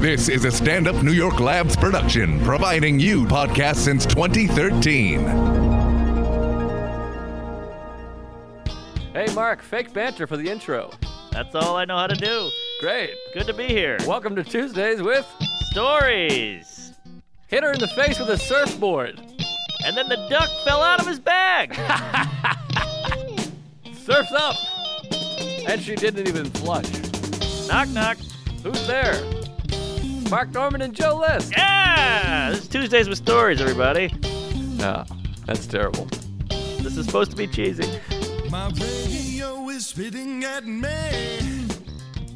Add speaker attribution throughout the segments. Speaker 1: This is a stand up New York Labs production, providing you podcasts since 2013.
Speaker 2: Hey, Mark, fake banter for the intro.
Speaker 3: That's all I know how to do.
Speaker 2: Great.
Speaker 3: Good to be here.
Speaker 2: Welcome to Tuesdays with
Speaker 3: Stories.
Speaker 2: Hit Her in the Face with a Surfboard.
Speaker 3: And then the duck fell out of his bag.
Speaker 2: Surf's up! And she didn't even flush.
Speaker 3: knock knock.
Speaker 2: Who's there? Mark Norman and Joe List.
Speaker 3: Yeah. This is Tuesdays with Stories, everybody.
Speaker 2: No, that's terrible.
Speaker 3: This is supposed to be cheesy.
Speaker 4: My radio is spitting at me.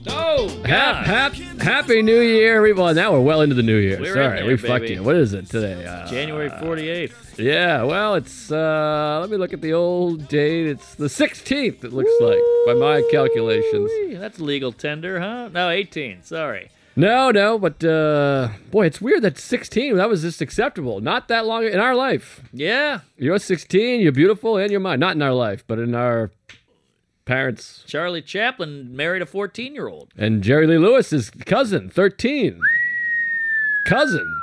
Speaker 5: Hap, hap, happy New Year, everyone. Now we're well into the new year.
Speaker 3: We're in
Speaker 5: Sorry,
Speaker 3: there,
Speaker 5: we
Speaker 3: baby.
Speaker 5: fucked you. What is it today? Uh,
Speaker 3: January 48th.
Speaker 5: Yeah, well, it's, uh, let me look at the old date. It's the 16th, it looks like, by my calculations.
Speaker 3: Whee, That's legal tender, huh? No, 18. Sorry.
Speaker 5: No, no, but, uh, boy, it's weird that 16, that was just acceptable. Not that long in our life.
Speaker 3: Yeah.
Speaker 5: You're 16, you're beautiful, and you're mine. Not in our life, but in our parents.
Speaker 3: Charlie Chaplin married a 14 year old.
Speaker 5: And Jerry Lee Lewis's cousin, 13. Cousin.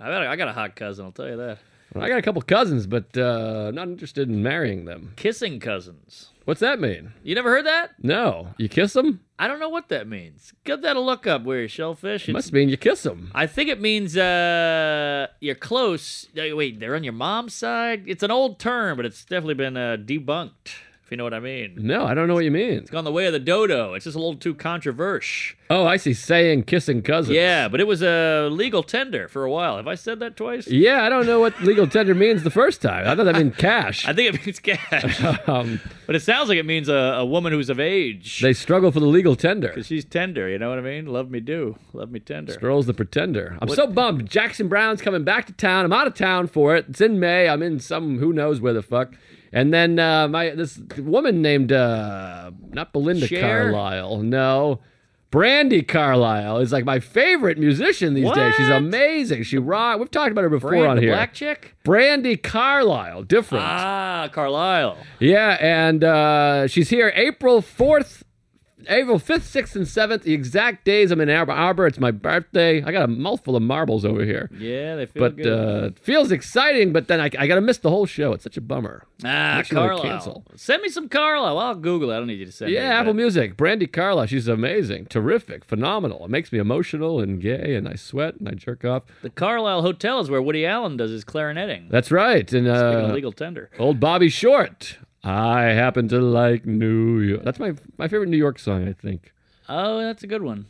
Speaker 3: I got, a, I got a hot cousin, I'll tell you that.
Speaker 5: I got a couple cousins, but uh, I'm not interested in marrying them.
Speaker 3: Kissing cousins.
Speaker 5: What's that mean?
Speaker 3: You never heard that?
Speaker 5: No, you kiss them.
Speaker 3: I don't know what that means. Give that a look up, where you shellfish.
Speaker 5: It
Speaker 3: It's
Speaker 5: must mean you kiss them.
Speaker 3: I think it means uh, you're close. Uh, Wait, they're on your mom's side. It's an old term, but it's definitely been uh, debunked. If you know what I mean.
Speaker 5: No, I don't know what you mean.
Speaker 3: It's gone the way of the dodo. It's just a little too controversial.
Speaker 5: Oh, I see. Saying kissing cousins.
Speaker 3: Yeah, but it was a legal tender for a while. Have I said that twice?
Speaker 5: Yeah, I don't know what legal tender means the first time. I thought that meant cash.
Speaker 3: I think it means cash,
Speaker 5: um,
Speaker 3: but it sounds like it means a, a woman who's of age.
Speaker 5: they struggle for the legal tender.
Speaker 3: 'Cause she's tender. You know what I mean? Love me do, love me tender.
Speaker 5: Girls the pretender. I'm so bummed. Jackson Brown's coming back to town. I'm out of town for it. It's in May. I'm in some who knows where the fuck. And then uh, my this woman named uh, not Belinda
Speaker 3: Cher?
Speaker 5: Carlisle. No. Brandy Carlisle is like my favorite musician these days. She's
Speaker 3: What?
Speaker 5: amazing. She rock. We've talked about her before
Speaker 3: Brand,
Speaker 5: on
Speaker 3: the
Speaker 5: here.
Speaker 3: black chick.
Speaker 5: Brandy Carlisle, different.
Speaker 3: Ah, Carlisle.
Speaker 5: Yeah, and uh, she's here April 4th, April 5th, 6th, and 7th. The exact days I'm in Ann Arbor. It's my birthday. I got a mouthful of marbles over here.
Speaker 3: Yeah, they feel
Speaker 5: But
Speaker 3: good.
Speaker 5: uh, it feels exciting, but then I, I got to miss the whole show. It's such a bummer.
Speaker 3: Ah,
Speaker 5: Actually, they
Speaker 3: Carlisle.
Speaker 5: cancel.
Speaker 3: Send me some Carlisle. I'll Google it. I don't need you to send me.
Speaker 5: Yeah,
Speaker 3: but-
Speaker 5: Apple Music. Brandy Carla, she's amazing, terrific, phenomenal. It makes me emotional and gay, and I sweat and I jerk off.
Speaker 3: The Carlisle Hotel is where Woody Allen does his clarineting.
Speaker 5: That's right. And
Speaker 3: Speaking of
Speaker 5: uh,
Speaker 3: legal tender.
Speaker 5: old Bobby Short. I happen to like New York. That's my my favorite New York song, I think.
Speaker 3: Oh, that's a good one.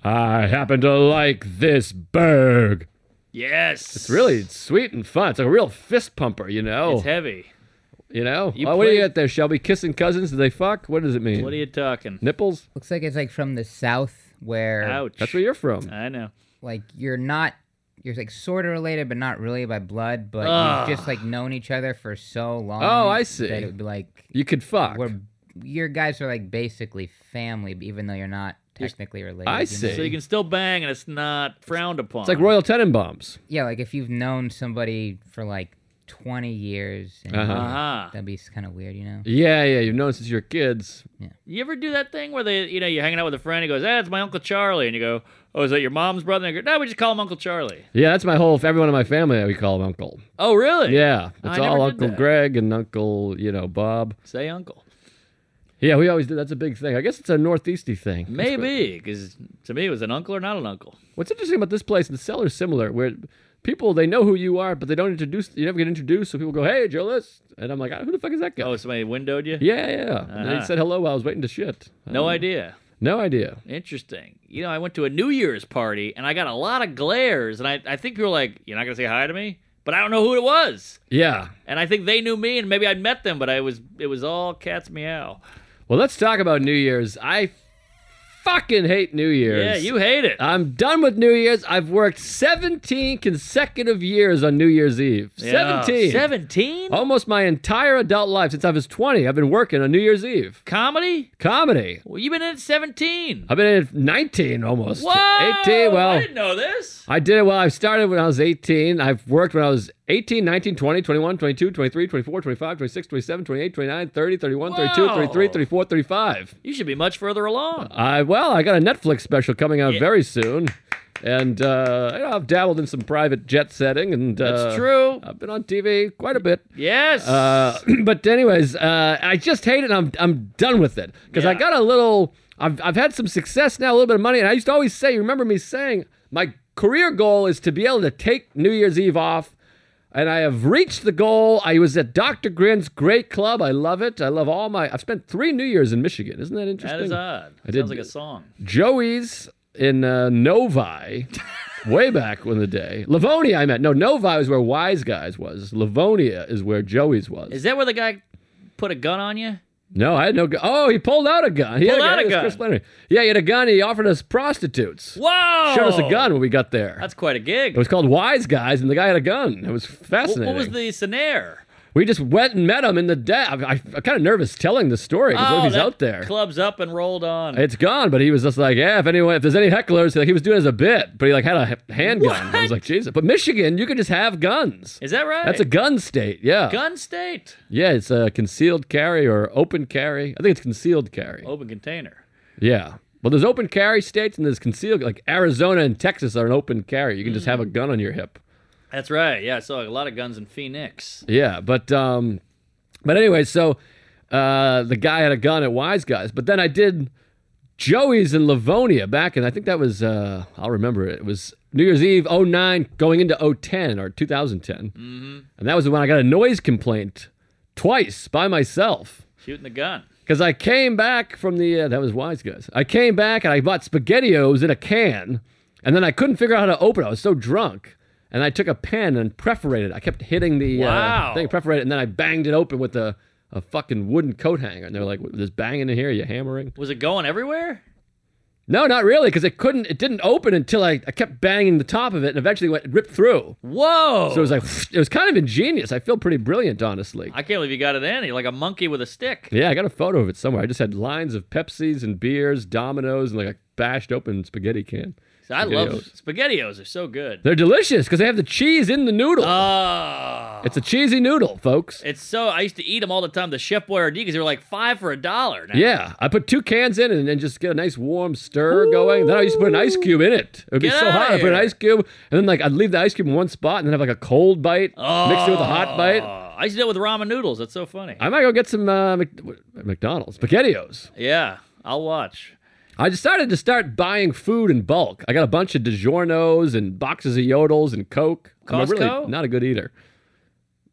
Speaker 5: I happen to like this berg.
Speaker 3: Yes.
Speaker 5: It's really sweet and fun. It's like a real fist pumper, you know.
Speaker 3: It's heavy.
Speaker 5: you know.
Speaker 3: You
Speaker 5: oh, what do you
Speaker 3: play-
Speaker 5: got there, Shelby? Kissing cousins? Do they fuck? What does it mean?
Speaker 3: What are you talking?
Speaker 5: Nipples?
Speaker 6: Looks like it's like from the south where
Speaker 3: Ouch.
Speaker 5: That's where you're from.
Speaker 3: I know.
Speaker 6: like you're not you're like sort of related but not really by blood, but
Speaker 3: Ugh.
Speaker 6: you've just like known each other for so long.
Speaker 5: Oh, I see.
Speaker 6: That it would be like
Speaker 5: You could fuck.
Speaker 6: we're your guys are like basically family even though you're not technically related.
Speaker 5: I
Speaker 6: you know?
Speaker 5: see.
Speaker 3: So you can still bang and it's not frowned upon.
Speaker 5: It's like Royal Tenenbaums.
Speaker 6: Yeah, like if you've known somebody for like 20 years and
Speaker 5: Uh-huh.
Speaker 3: Uh-huh.
Speaker 6: that'd be kind of weird, you know.
Speaker 5: Yeah, yeah. You've known since you were kids.
Speaker 3: You ever do that thing where they, you know, you're hanging out with a friend, he goes, "Ah, it's my uncle Charlie," and you go, "Oh, is that your mom's brother?" And they go, "No, we just call him Uncle Charlie."
Speaker 5: Yeah, that's my whole. Everyone in my family, we call him Uncle.
Speaker 3: Oh, really?
Speaker 5: Yeah,
Speaker 3: I
Speaker 5: it's
Speaker 3: never
Speaker 5: all
Speaker 3: did
Speaker 5: Uncle
Speaker 3: that.
Speaker 5: Greg and Uncle, you know, Bob.
Speaker 3: Say uncle.
Speaker 5: Yeah, we always do. That's a big thing. I guess it's a northeasty thing. That's what-
Speaker 3: Maybe, because to me it was an uncle or not an uncle.
Speaker 5: What's interesting about this place, and the cellar's similar, where people they know who you are, but they don't introduce. You never get introduced, so people go, "Hey, Joe List," and I'm like, "Ah, "Who the fuck is that guy?"
Speaker 3: Oh, somebody windowed you?
Speaker 5: yeah, yeah. And
Speaker 3: Uh-huh.
Speaker 5: they said hello while I was waiting to shit.
Speaker 3: No idea.
Speaker 5: No idea.
Speaker 3: Interesting. You know, I went to a New Year's party and I got a lot of glares, and I, I think people were like, "You're not gonna say hi to me," but I don't know who it was,
Speaker 5: Yeah.
Speaker 3: and I think they knew me, and maybe I'd met them, but I was it was all cats meow.
Speaker 5: Well, let's talk about New Year's. I fucking hate New Year's.
Speaker 3: Yeah, you hate it.
Speaker 5: I'm done with New Year's. I've worked 17 consecutive years on New Year's Eve. 17.
Speaker 3: Seventeen.
Speaker 5: Almost my entire adult life since I was 20. I've been working on New Year's Eve.
Speaker 3: Comedy?
Speaker 5: Comedy.
Speaker 3: Well, you've been in at seventeen.
Speaker 5: I've been in it 19 almost.
Speaker 3: Whoa!
Speaker 5: 18. Well,
Speaker 3: I didn't know this.
Speaker 5: I did it well. I started when I was 18. I've worked when I was 18, 19, 20, 21, 22, 23, 24, 25, 26, 27, 28, 29, 30, 31, 32,
Speaker 3: Wow.
Speaker 5: 33, 34, 35.
Speaker 3: You should be much further along.
Speaker 5: I, well, I got a Netflix special coming out very soon. And uh, you know, I've dabbled in some private jet setting, and uh,
Speaker 3: That's true.
Speaker 5: I've been on TV quite a bit.
Speaker 3: Yes.
Speaker 5: Uh, but anyways, uh, I just hate it. And I'm I'm done with it because I
Speaker 3: Yeah.
Speaker 5: got a little. I've I've had some success now, a little bit of money, and I used to always say, you remember me saying my career goal is to be able to take New Year's Eve off. And I have reached the goal. I was at Dr. Grin's great club. I love it. I love all my. I've spent three New Year's in Michigan. Isn't that interesting?
Speaker 3: that is uh, odd.
Speaker 5: I did-
Speaker 3: Sounds like a song.
Speaker 5: Joey's in uh, Novi, way back in the day. Livonia, I meant. No, Novi was where Wise Guys was. Livonia is where Joey's was.
Speaker 3: Is that where the guy put a gun on you?
Speaker 5: no, I had no gun. Oh, he pulled out a gun. He had
Speaker 3: Pulled out a
Speaker 5: It was
Speaker 3: gun.
Speaker 5: Chris Flannery. Yeah, he had a gun. He offered us prostitutes.
Speaker 3: Whoa!
Speaker 5: Showed us a gun when we got there.
Speaker 3: That's quite a gig.
Speaker 5: it was called Wise Guys, and the guy had a gun. It was
Speaker 3: What,
Speaker 5: fascinating.
Speaker 3: what was the scenario?
Speaker 5: we just went and met him in the day. I, I, I'm kind of nervous telling the story because what if he's
Speaker 3: Oh, that
Speaker 5: out there?
Speaker 3: Clubs up and rolled on.
Speaker 5: It's gone, but he was just like, yeah. If anyone, if there's any hecklers, like, he was doing it as a bit, but he like had a h- handgun. I was like, Jesus. But Michigan, you can just have guns.
Speaker 3: Is that right?
Speaker 5: That's a gun state. Yeah,
Speaker 3: gun state.
Speaker 5: yeah. It's a concealed carry or open carry. I think it's concealed carry.
Speaker 3: Open container.
Speaker 5: Yeah. Well, there's open carry states and there's concealed. Like Arizona and Texas are an open carry. You can just have a gun on your hip.
Speaker 3: That's right. Yeah, I saw a lot of guns in Phoenix.
Speaker 5: Yeah, but um, but anyway, so uh, the guy had a gun at Wise Guys, but then I did Joey's in Livonia back, and I think that was uh, I'll remember it. It was New Year's Eve 09 going into 010 or 2010, mm-hmm. and that was when I got a noise complaint twice by myself.
Speaker 3: Shooting the gun.
Speaker 5: Because I came back from the uh, that was wise guys. I came back and I bought SpaghettiOs in a can, and then I couldn't figure out how to open it. I was so drunk, and I took a pen and perforated. it. I kept hitting the
Speaker 3: Wow.
Speaker 5: uh, thing, perforated, and then I banged it open with a, a fucking wooden coat hanger. And they were like, "There's banging in here. Are you hammering?"
Speaker 3: Was it going everywhere?
Speaker 5: No, not really, because it couldn't. It didn't open until I, I kept banging the top of it, and eventually went it ripped through.
Speaker 3: Whoa!
Speaker 5: So it was like it was kind of ingenious. I feel pretty brilliant, honestly.
Speaker 3: I can't believe you got it in. You're like a monkey with a stick.
Speaker 5: Yeah, I got a photo of it somewhere. I just had lines of Pepsis and beers, Dominoes, and like a bashed open spaghetti can.
Speaker 3: I love
Speaker 5: SpaghettiOs.
Speaker 3: spaghettios. Are so good.
Speaker 5: They're delicious because they have the cheese in the noodle.
Speaker 3: Oh,
Speaker 5: it's a cheesy noodle, folks.
Speaker 3: it's so. I used to eat them all the time. The Chef Boyardee because they were like five for a dollar. now.
Speaker 5: yeah, I put two cans in and then just get a nice warm stir going. Then I used to put an ice cube in it. It would be
Speaker 3: Get
Speaker 5: so
Speaker 3: outta
Speaker 5: hot. I put an
Speaker 3: here.
Speaker 5: ice cube and then like I'd leave the ice cube in one spot and then have like a cold bite mixed in with a hot bite.
Speaker 3: Oh, I used to do it with ramen noodles. That's so funny.
Speaker 5: I might go get some uh, Mc- McDonald's spaghettios.
Speaker 3: yeah, I'll watch.
Speaker 5: I decided to start buying food in bulk. I got a bunch of DiGiorno's and boxes of Yodels and Coke. I'm really
Speaker 3: Costco?
Speaker 5: not a good eater.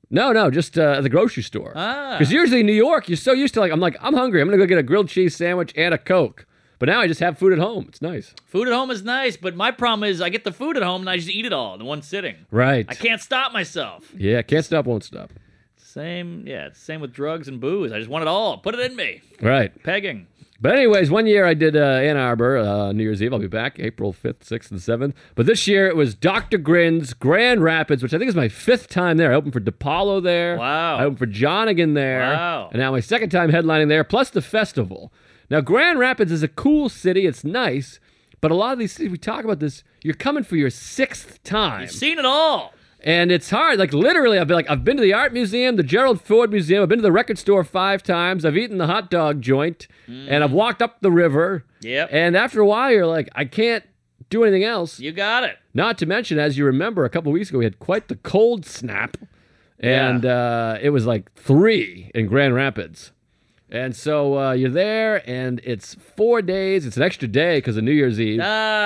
Speaker 5: No, no, just uh, at the grocery store.
Speaker 3: Ah.
Speaker 5: Because usually in New York, you're so used to like, I'm like, I'm hungry. I'm going to go get a grilled cheese sandwich and a Coke. But now I just have food at home. It's nice.
Speaker 3: Food at home is nice, but my problem is I get the food at home and I just eat it all in one sitting.
Speaker 5: Right.
Speaker 3: I can't stop myself.
Speaker 5: yeah, can't stop, won't stop.
Speaker 3: Same, yeah, it's the same with drugs and booze. I just want it all. Put it in me.
Speaker 5: Right.
Speaker 3: Pegging.
Speaker 5: But anyways, one year I did uh, Ann Arbor uh, New Year's Eve. I'll be back April fifth, sixth, and seventh. But this year it was Dr. Grin's Grand Rapids, which I think is my fifth time there. I opened for DePaulo there.
Speaker 3: Wow.
Speaker 5: I opened for Jonigan there.
Speaker 3: Wow.
Speaker 5: And now my second time headlining there, plus the festival. Now Grand Rapids is a cool city. It's nice, but a lot of these cities we talk about this. You're coming for your sixth time.
Speaker 3: Seen it all.
Speaker 5: And it's hard. Like literally, I've been like I've been to the art museum, the Gerald Ford Museum. I've been to the record store five times. I've eaten the hot dog joint, and I've walked up the river.
Speaker 3: Yep.
Speaker 5: And after a while, you're like, I can't do anything else.
Speaker 3: You got it.
Speaker 5: Not to mention, as you remember, a couple weeks ago we had quite the cold snap, and uh, it was like three in Grand Rapids. And so uh, you're there, and it's four days. It's an extra day because of New Year's Eve.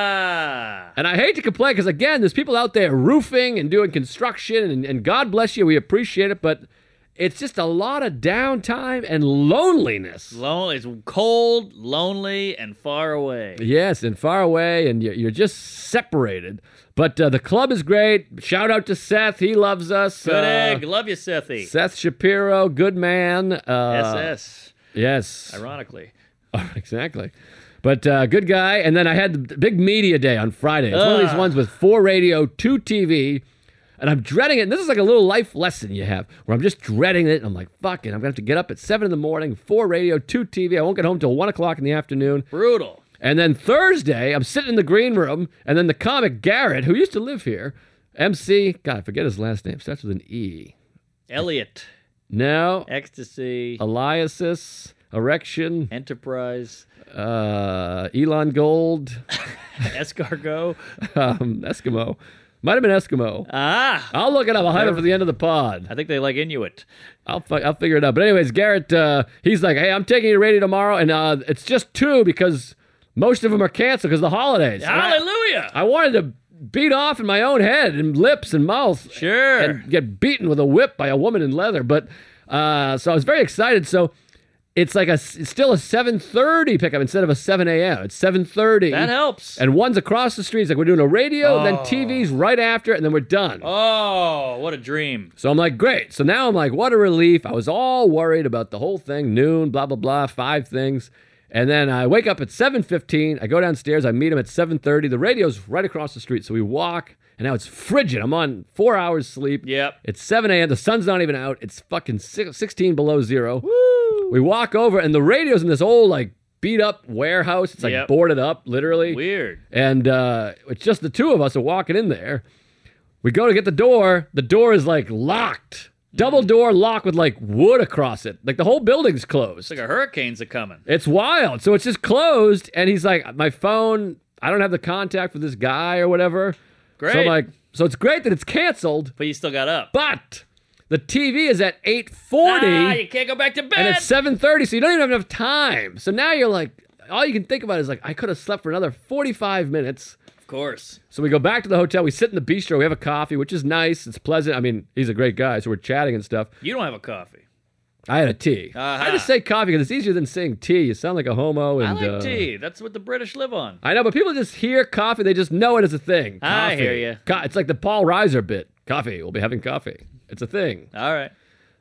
Speaker 3: Ah.
Speaker 5: And I hate to complain because, again, there's people out there roofing and doing construction, and, and God bless you, we appreciate it, but it's just a lot of downtime and loneliness.
Speaker 3: Lonely. It's cold, lonely, and far away.
Speaker 5: Yes, and far away, and you're, you're just separated. But uh, the club is great. Shout out to Seth, he loves us.
Speaker 3: Good
Speaker 5: Uh,
Speaker 3: egg. Love you, Sethy.
Speaker 5: Seth Shapiro, good man. Uh,
Speaker 3: SS.
Speaker 5: yes.
Speaker 3: Ironically.
Speaker 5: exactly. But uh, good guy. And then I had the big media day on Friday. It's one of these ones with four radio, two TV. And I'm dreading it. And this is like a little life lesson you have where I'm just dreading it. And I'm like, fuck it. I'm going to have to get up at seven in the morning, four radio, two TV. I won't get home till one o'clock in the afternoon.
Speaker 3: Brutal.
Speaker 5: And then Thursday, I'm sitting in the green room. And then the comic Garrett, who used to live here, MC, God, I forget his last name, starts with an E.
Speaker 3: Elliot.
Speaker 5: No,
Speaker 3: Ecstasy.
Speaker 5: Eliasis, Erection.
Speaker 3: Enterprise.
Speaker 5: uh, Elon Gold,
Speaker 3: Escargot.
Speaker 5: Um, Eskimo. Might have been Eskimo.
Speaker 3: Ah,
Speaker 5: I'll look it up. I'll hide it for the end of the pod.
Speaker 3: I think they like Inuit.
Speaker 5: I'll fi- I'll figure it out. But anyways, Garrett, uh, he's like, hey, I'm taking you to radio tomorrow, and uh, it's just two because most of them are canceled because the holidays. And I-
Speaker 3: Hallelujah.
Speaker 5: I wanted to beat off in my own head and lips and mouth.
Speaker 3: Sure.
Speaker 5: And get beaten with a whip by a woman in leather. But uh, so I was very excited. So it's like a it's still a 7:30 pickup instead of a 7 a.m. It's 7:30.
Speaker 3: that helps.
Speaker 5: And one's across the street. It's like we're doing a radio, then TV's right after it, and then we're done.
Speaker 3: oh, what a dream.
Speaker 5: So I'm like, great. So now I'm like, what a relief. I was all worried about the whole thing, noon, blah, blah, blah, five things. And then I wake up at 7.15. I go downstairs. I meet him at 7.30. The radio's right across the street. So we walk, and now it's frigid. I'm on four hours sleep.
Speaker 3: Yep.
Speaker 5: It's 7 a.m. The sun's not even out. It's fucking six, 16 below zero. Woo! We walk over, and the radio's in this old, like, beat up warehouse. It's, like,
Speaker 3: Yep.
Speaker 5: boarded up, literally.
Speaker 3: Weird.
Speaker 5: And uh, it's just the two of us are walking in there. We go to get the door. The door is like locked, double door lock with like wood across it. Like the whole building's closed.
Speaker 3: It's like a hurricane's a coming.
Speaker 5: It's wild. So it's just closed. And he's like, my phone, I don't have the contact for this guy or whatever. So I'm
Speaker 3: Great.
Speaker 5: like, so it's great that it's canceled,
Speaker 3: But you still got up.
Speaker 5: but the TV is at 840
Speaker 3: Ah, you can't go back to bed.
Speaker 5: and it's 7.30 so you don't even have enough time so now you're like all you can think about is like i could have slept for another 45 minutes
Speaker 3: of course.
Speaker 5: so we go back to the hotel. We sit in the bistro. We have a coffee, which is nice. It's pleasant. I mean, he's a great guy, so we're chatting and stuff.
Speaker 3: You don't have a coffee.
Speaker 5: I had a tea. I
Speaker 3: Uh-huh.
Speaker 5: just say coffee because it's easier than saying tea. You sound like a homo. And,
Speaker 3: I like
Speaker 5: uh,
Speaker 3: tea. That's what the British live on.
Speaker 5: I know, but people just hear coffee. They just know it as a thing.
Speaker 3: I
Speaker 5: Coffee.
Speaker 3: hear ya.
Speaker 5: Co- it's like the Paul Reiser bit. Coffee. We'll be having coffee. It's a thing.
Speaker 3: All right.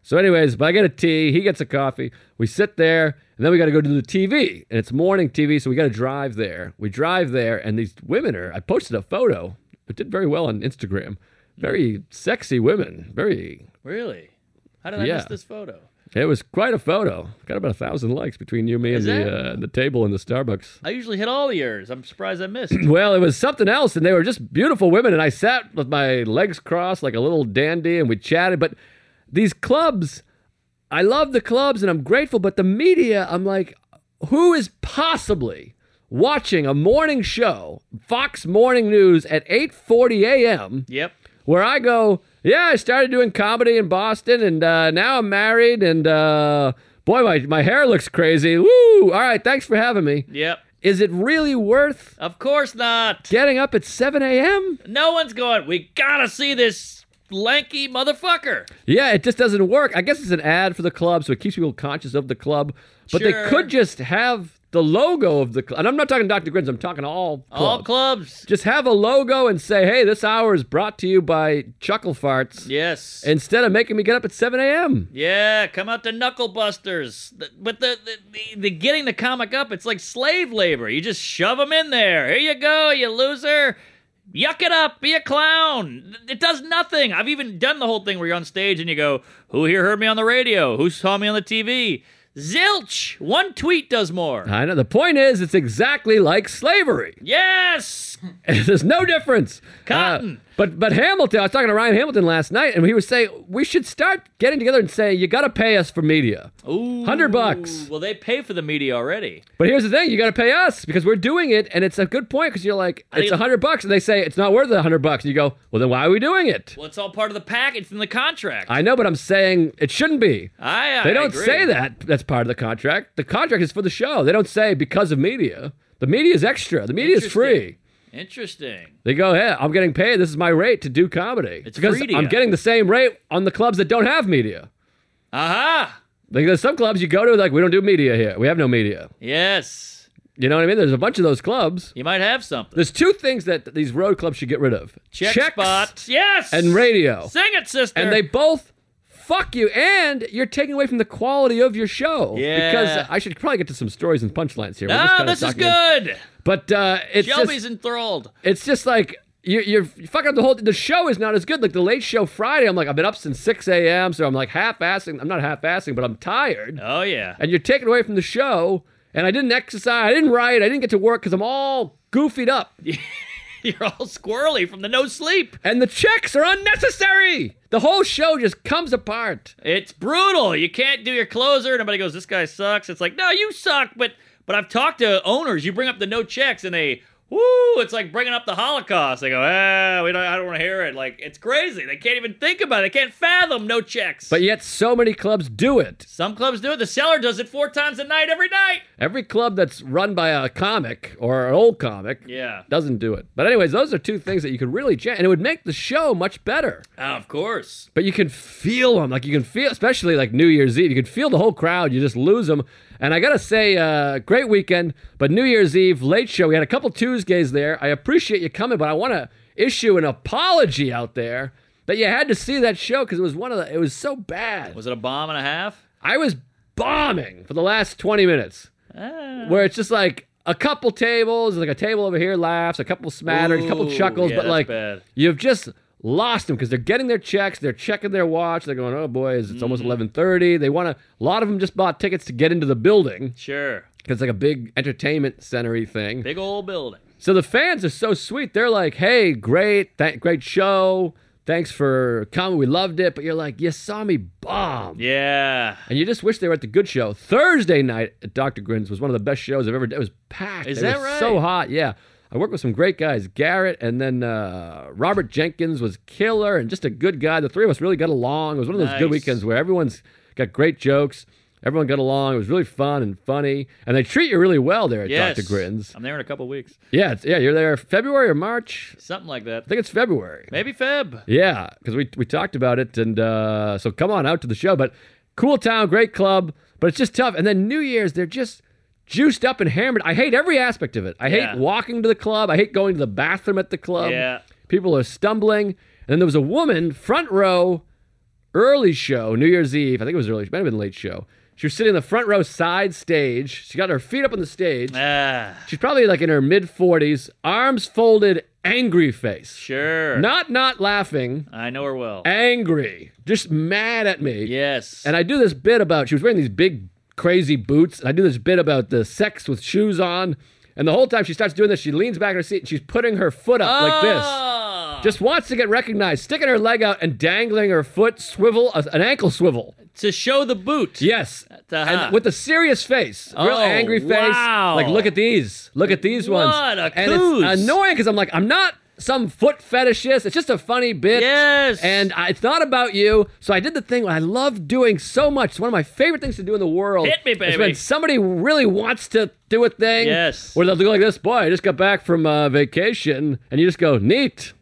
Speaker 5: So, anyways, but I get a tea. He gets a coffee. We sit there, and then we got to go to the TV, and it's morning TV, so we got to drive there. We drive there, and these women are. I posted a photo. It did very well on Instagram. Very sexy women. Very.
Speaker 3: Really? How did I
Speaker 5: Yeah.
Speaker 3: miss this photo?
Speaker 5: It was quite a photo. Got about a thousand likes between you, me, and
Speaker 3: Is
Speaker 5: the
Speaker 3: that-
Speaker 5: uh, the table in the Starbucks.
Speaker 3: I usually hit all yours. I'm surprised I missed.
Speaker 5: Well, it was something else, and they were just beautiful women. And I sat with my legs crossed like a little dandy, and we chatted. But these clubs, I love the clubs, and I'm grateful. But the media, I'm like, who is possibly watching a morning show, Fox Morning News, at 8:40 a.m.,
Speaker 3: yep.
Speaker 5: where I go, yeah, I started doing comedy in Boston, and uh, now I'm married, and uh, boy, my my hair looks crazy. Woo! All right, thanks for having me.
Speaker 3: Yep.
Speaker 5: Is it really worth?
Speaker 3: Of course not.
Speaker 5: getting up at 7 a.m.
Speaker 3: No one's going, we gotta see this lanky motherfucker.
Speaker 5: Yeah, it just doesn't work. I guess it's an ad for the club, so it keeps people conscious of the club. But
Speaker 3: Sure.
Speaker 5: they could just have the logo of the club. And I'm not talking Dr. Grins, I'm talking all clubs.
Speaker 3: All clubs.
Speaker 5: just have a logo and say, hey, this hour is brought to you by Chuckle Farts.
Speaker 3: Yes.
Speaker 5: Instead of making me get up at 7 a.m.
Speaker 3: yeah, come out to Knucklebusters. The- But the, the, the, the getting the comic up, it's like slave labor. You just shove them in there. Here you go, you loser. Yuck it up. Be a clown. It does nothing. I've even done the whole thing where you're on stage and you go, Who here heard me on the radio? Who saw me on the TV? Zilch. One tweet does more.
Speaker 5: I know. The point is, it's exactly like slavery.
Speaker 3: Yes.
Speaker 5: There's no difference.
Speaker 3: Cotton.
Speaker 5: Uh, but but Hamilton, I was talking to Ryan Hamilton last night, and he was saying we should start getting together and say you got to pay us for media.
Speaker 3: Ooh.
Speaker 5: 100 bucks.
Speaker 3: Well, they pay for the media already.
Speaker 5: But here's the thing: you got to pay us because we're doing it, and it's a good point because you're like,
Speaker 3: do
Speaker 5: it's
Speaker 3: you-
Speaker 5: a hundred bucks, and they say it's not worth a hundred bucks. And you go, well, then why are we doing it?
Speaker 3: Well, it's all part of the package It's in the contract.
Speaker 5: I know, but I'm saying it shouldn't be.
Speaker 3: I, I
Speaker 5: They don't
Speaker 3: agree.
Speaker 5: say that. That's part of the contract. The contract is for the show. They don't say because of media. The media is extra. The media is free.
Speaker 3: Interesting. Interesting.
Speaker 5: They go, hey, I'm getting paid. This is my rate to do comedy.
Speaker 3: It's
Speaker 5: because
Speaker 3: free to
Speaker 5: I'm
Speaker 3: you.
Speaker 5: getting the same rate on the clubs that don't have media.
Speaker 3: Aha!
Speaker 5: Like there's some clubs you go to, like we don't do media here. We have no media.
Speaker 3: Yes.
Speaker 5: You know what I mean? There's a bunch of those clubs.
Speaker 3: You might have something.
Speaker 5: There's two things that these road clubs should get rid of:
Speaker 3: Check
Speaker 5: Checks
Speaker 3: spot. Yes.
Speaker 5: and radio.
Speaker 3: Sing it, sister.
Speaker 5: And they both fuck you, and you're taking away from the quality of your show.
Speaker 3: Yeah.
Speaker 5: Because I should probably get to some stories and punchlines here. We're just
Speaker 3: No,
Speaker 5: kinda
Speaker 3: this is
Speaker 5: talking in-
Speaker 3: good.
Speaker 5: But uh, it's
Speaker 3: Shelby's
Speaker 5: just,
Speaker 3: enthralled.
Speaker 5: it's just like. You're, you're fucking up the whole. The show is not as good. Like the late show Friday, I'm like I've been up since 6 a.m. So I'm like half-assing. I'm not half-assing, but I'm tired.
Speaker 3: Oh yeah.
Speaker 5: And you're taken away from the show. And I didn't exercise. I didn't write. I didn't get to work because I'm all goofied up.
Speaker 3: You're all squirrely from the no sleep.
Speaker 5: and the checks are unnecessary. The whole show just comes apart.
Speaker 3: It's brutal. You can't do your closer. Nobody goes, this guy sucks. It's like, no, you suck. But but I've talked to owners. You bring up the no checks, and they woo, it's like bringing up the Holocaust. They go, ah, we don't, I don't want to hear it. Like, it's crazy. They can't even think about it. They can't fathom no checks.
Speaker 5: But yet, so many clubs do it.
Speaker 3: some clubs do it. The seller does it four times a night every night.
Speaker 5: Every club that's run by a comic or an old comic
Speaker 3: Yeah.
Speaker 5: doesn't do it. But, anyways, those are two things that you could really change, and it would make the show much better.
Speaker 3: Ah, of course.
Speaker 5: But you can feel them. Like, you can feel, especially like New Year's Eve, you can feel the whole crowd. You just lose them. And I got to say, uh, great weekend. But New Year's Eve, late show, we had a couple Tuesdays there. I appreciate you coming, but I want to issue an apology out there. That you had to see that show because it was one of the, it was so bad.
Speaker 3: Was it a bomb and a half?
Speaker 5: I was bombing for the last 20 minutes.
Speaker 3: Ah.
Speaker 5: Where it's just like a couple tables, like a table over here laughs, a couple smattered, a couple
Speaker 3: Ooh,
Speaker 5: chuckles,
Speaker 3: yeah,
Speaker 5: but
Speaker 3: that's
Speaker 5: like
Speaker 3: bad.
Speaker 5: you've just lost them because they're getting their checks, they're checking their watch, they're going, oh boy, it's almost
Speaker 3: Mm.
Speaker 5: 11:30. They want to. A lot of them just bought tickets to get into the building
Speaker 3: Sure.
Speaker 5: because it's like a big entertainment centery thing.
Speaker 3: Big old building.
Speaker 5: So the fans are so sweet. They're like, "Hey, great, th- great show. Thanks for coming. We loved it." But you're like, "You saw me bomb."
Speaker 3: Yeah.
Speaker 5: And you just wish they were at the good show. Thursday night at Dr. Grin's was one of the best shows I've ever done. It was packed.
Speaker 3: Is
Speaker 5: It
Speaker 3: that
Speaker 5: was
Speaker 3: right?
Speaker 5: So hot, yeah. I worked with some great guys, Garrett, and then uh, Robert Jenkins was killer and just a good guy. The three of us really got along. It was one of those good
Speaker 3: Nice.
Speaker 5: weekends where everyone's got great jokes. Everyone got along. It was really fun and funny, and they treat you really well there at
Speaker 3: Yes.
Speaker 5: Dr. Grin's.
Speaker 3: I'm there in a couple weeks.
Speaker 5: Yeah, it's, yeah, you're there February or March.
Speaker 3: Something like that.
Speaker 5: I think it's February.
Speaker 3: Maybe Feb.
Speaker 5: Yeah, because we we talked about it, and uh, so come on out to the show. But cool town, great club, but it's just tough. And then New Year's, they're just juiced up and hammered. I hate every aspect of it. I
Speaker 3: Yeah.
Speaker 5: hate walking to the club. I hate going to the bathroom at the club.
Speaker 3: Yeah.
Speaker 5: people are stumbling. And then there was a woman front row, early show, New Year's Eve. I think it was early. It might have been late show. She was sitting in the front row side stage. She got her feet up on the stage.
Speaker 3: Ah,
Speaker 5: She's probably like in her mid 40s, arms folded, angry face.
Speaker 3: sure.
Speaker 5: Not not laughing
Speaker 3: I know her well.
Speaker 5: angry, just mad at me.
Speaker 3: yes.
Speaker 5: And I do this bit about she was wearing these big crazy boots. And I do this bit about the sex with shoes on. And the whole time she starts doing this, she leans back in her seat and she's putting her foot up like this.
Speaker 3: Ah,
Speaker 5: Just wants to get recognized, sticking her leg out and dangling her foot swivel, uh, an ankle swivel.
Speaker 3: to show the boot.
Speaker 5: Yes.
Speaker 3: Uh-huh.
Speaker 5: And with a serious face, real
Speaker 3: Oh,
Speaker 5: angry face.
Speaker 3: wow.
Speaker 5: Like, look at these. Look at these
Speaker 3: What
Speaker 5: ones.
Speaker 3: a
Speaker 5: and
Speaker 3: coos.
Speaker 5: it's annoying because I'm like, I'm not some foot fetishist. It's just a funny bit.
Speaker 3: Yes.
Speaker 5: And I, it's not about you. So I did the thing I love doing so much. It's one of my favorite things to do in the world.
Speaker 3: Hit me,
Speaker 5: It's
Speaker 3: baby.
Speaker 5: when somebody really wants to do a thing.
Speaker 3: Yes.
Speaker 5: Where they'll go like this, boy, I just got back from uh, vacation. And you just go, neat.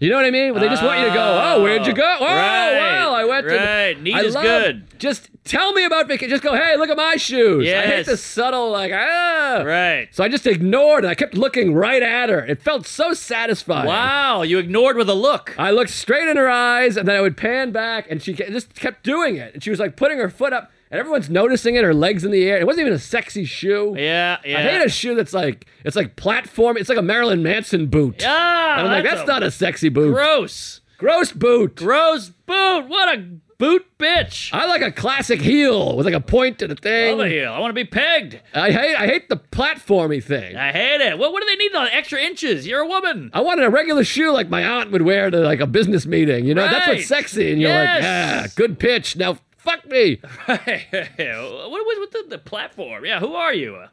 Speaker 5: You know what I mean? Well, they just want you to go, oh, where'd you go? Oh,
Speaker 3: Right,
Speaker 5: well, I went to.
Speaker 3: right. Neat
Speaker 5: I
Speaker 3: is
Speaker 5: love-
Speaker 3: good.
Speaker 5: Just tell me about vacation. Just go, hey, look at my shoes. I hate
Speaker 3: Yes.
Speaker 5: the subtle, like, ah.
Speaker 3: Right.
Speaker 5: So I just ignored it. I kept looking right at her. It felt so satisfying.
Speaker 3: Wow, you ignored with a look.
Speaker 5: I looked straight in her eyes, and then I would pan back, and she ke- just kept doing it. And she was like putting her foot up, and everyone's noticing it. Her legs in the air. It wasn't even a sexy shoe.
Speaker 3: yeah, yeah.
Speaker 5: I hate a shoe that's like it's like platform. It's like a Marilyn Manson boot.
Speaker 3: Ah,
Speaker 5: And I'm like, that's not a sexy boot.
Speaker 3: gross.
Speaker 5: Gross boot.
Speaker 3: Gross boot. What a boot bitch.
Speaker 5: I like a classic heel with like a point to the thing.
Speaker 3: Over here. I want to be pegged.
Speaker 5: I hate I hate the platformy thing.
Speaker 3: I hate it. What, what do they need the extra inches? You're a woman.
Speaker 5: I wanted a regular shoe like my aunt would wear to like a business meeting. You know, that's
Speaker 3: Right.
Speaker 5: what's sexy. And you're like, yeah,
Speaker 3: Yes.
Speaker 5: good pitch. Now fuck me.
Speaker 3: what was with the, the platform? Yeah, who are you? Uh,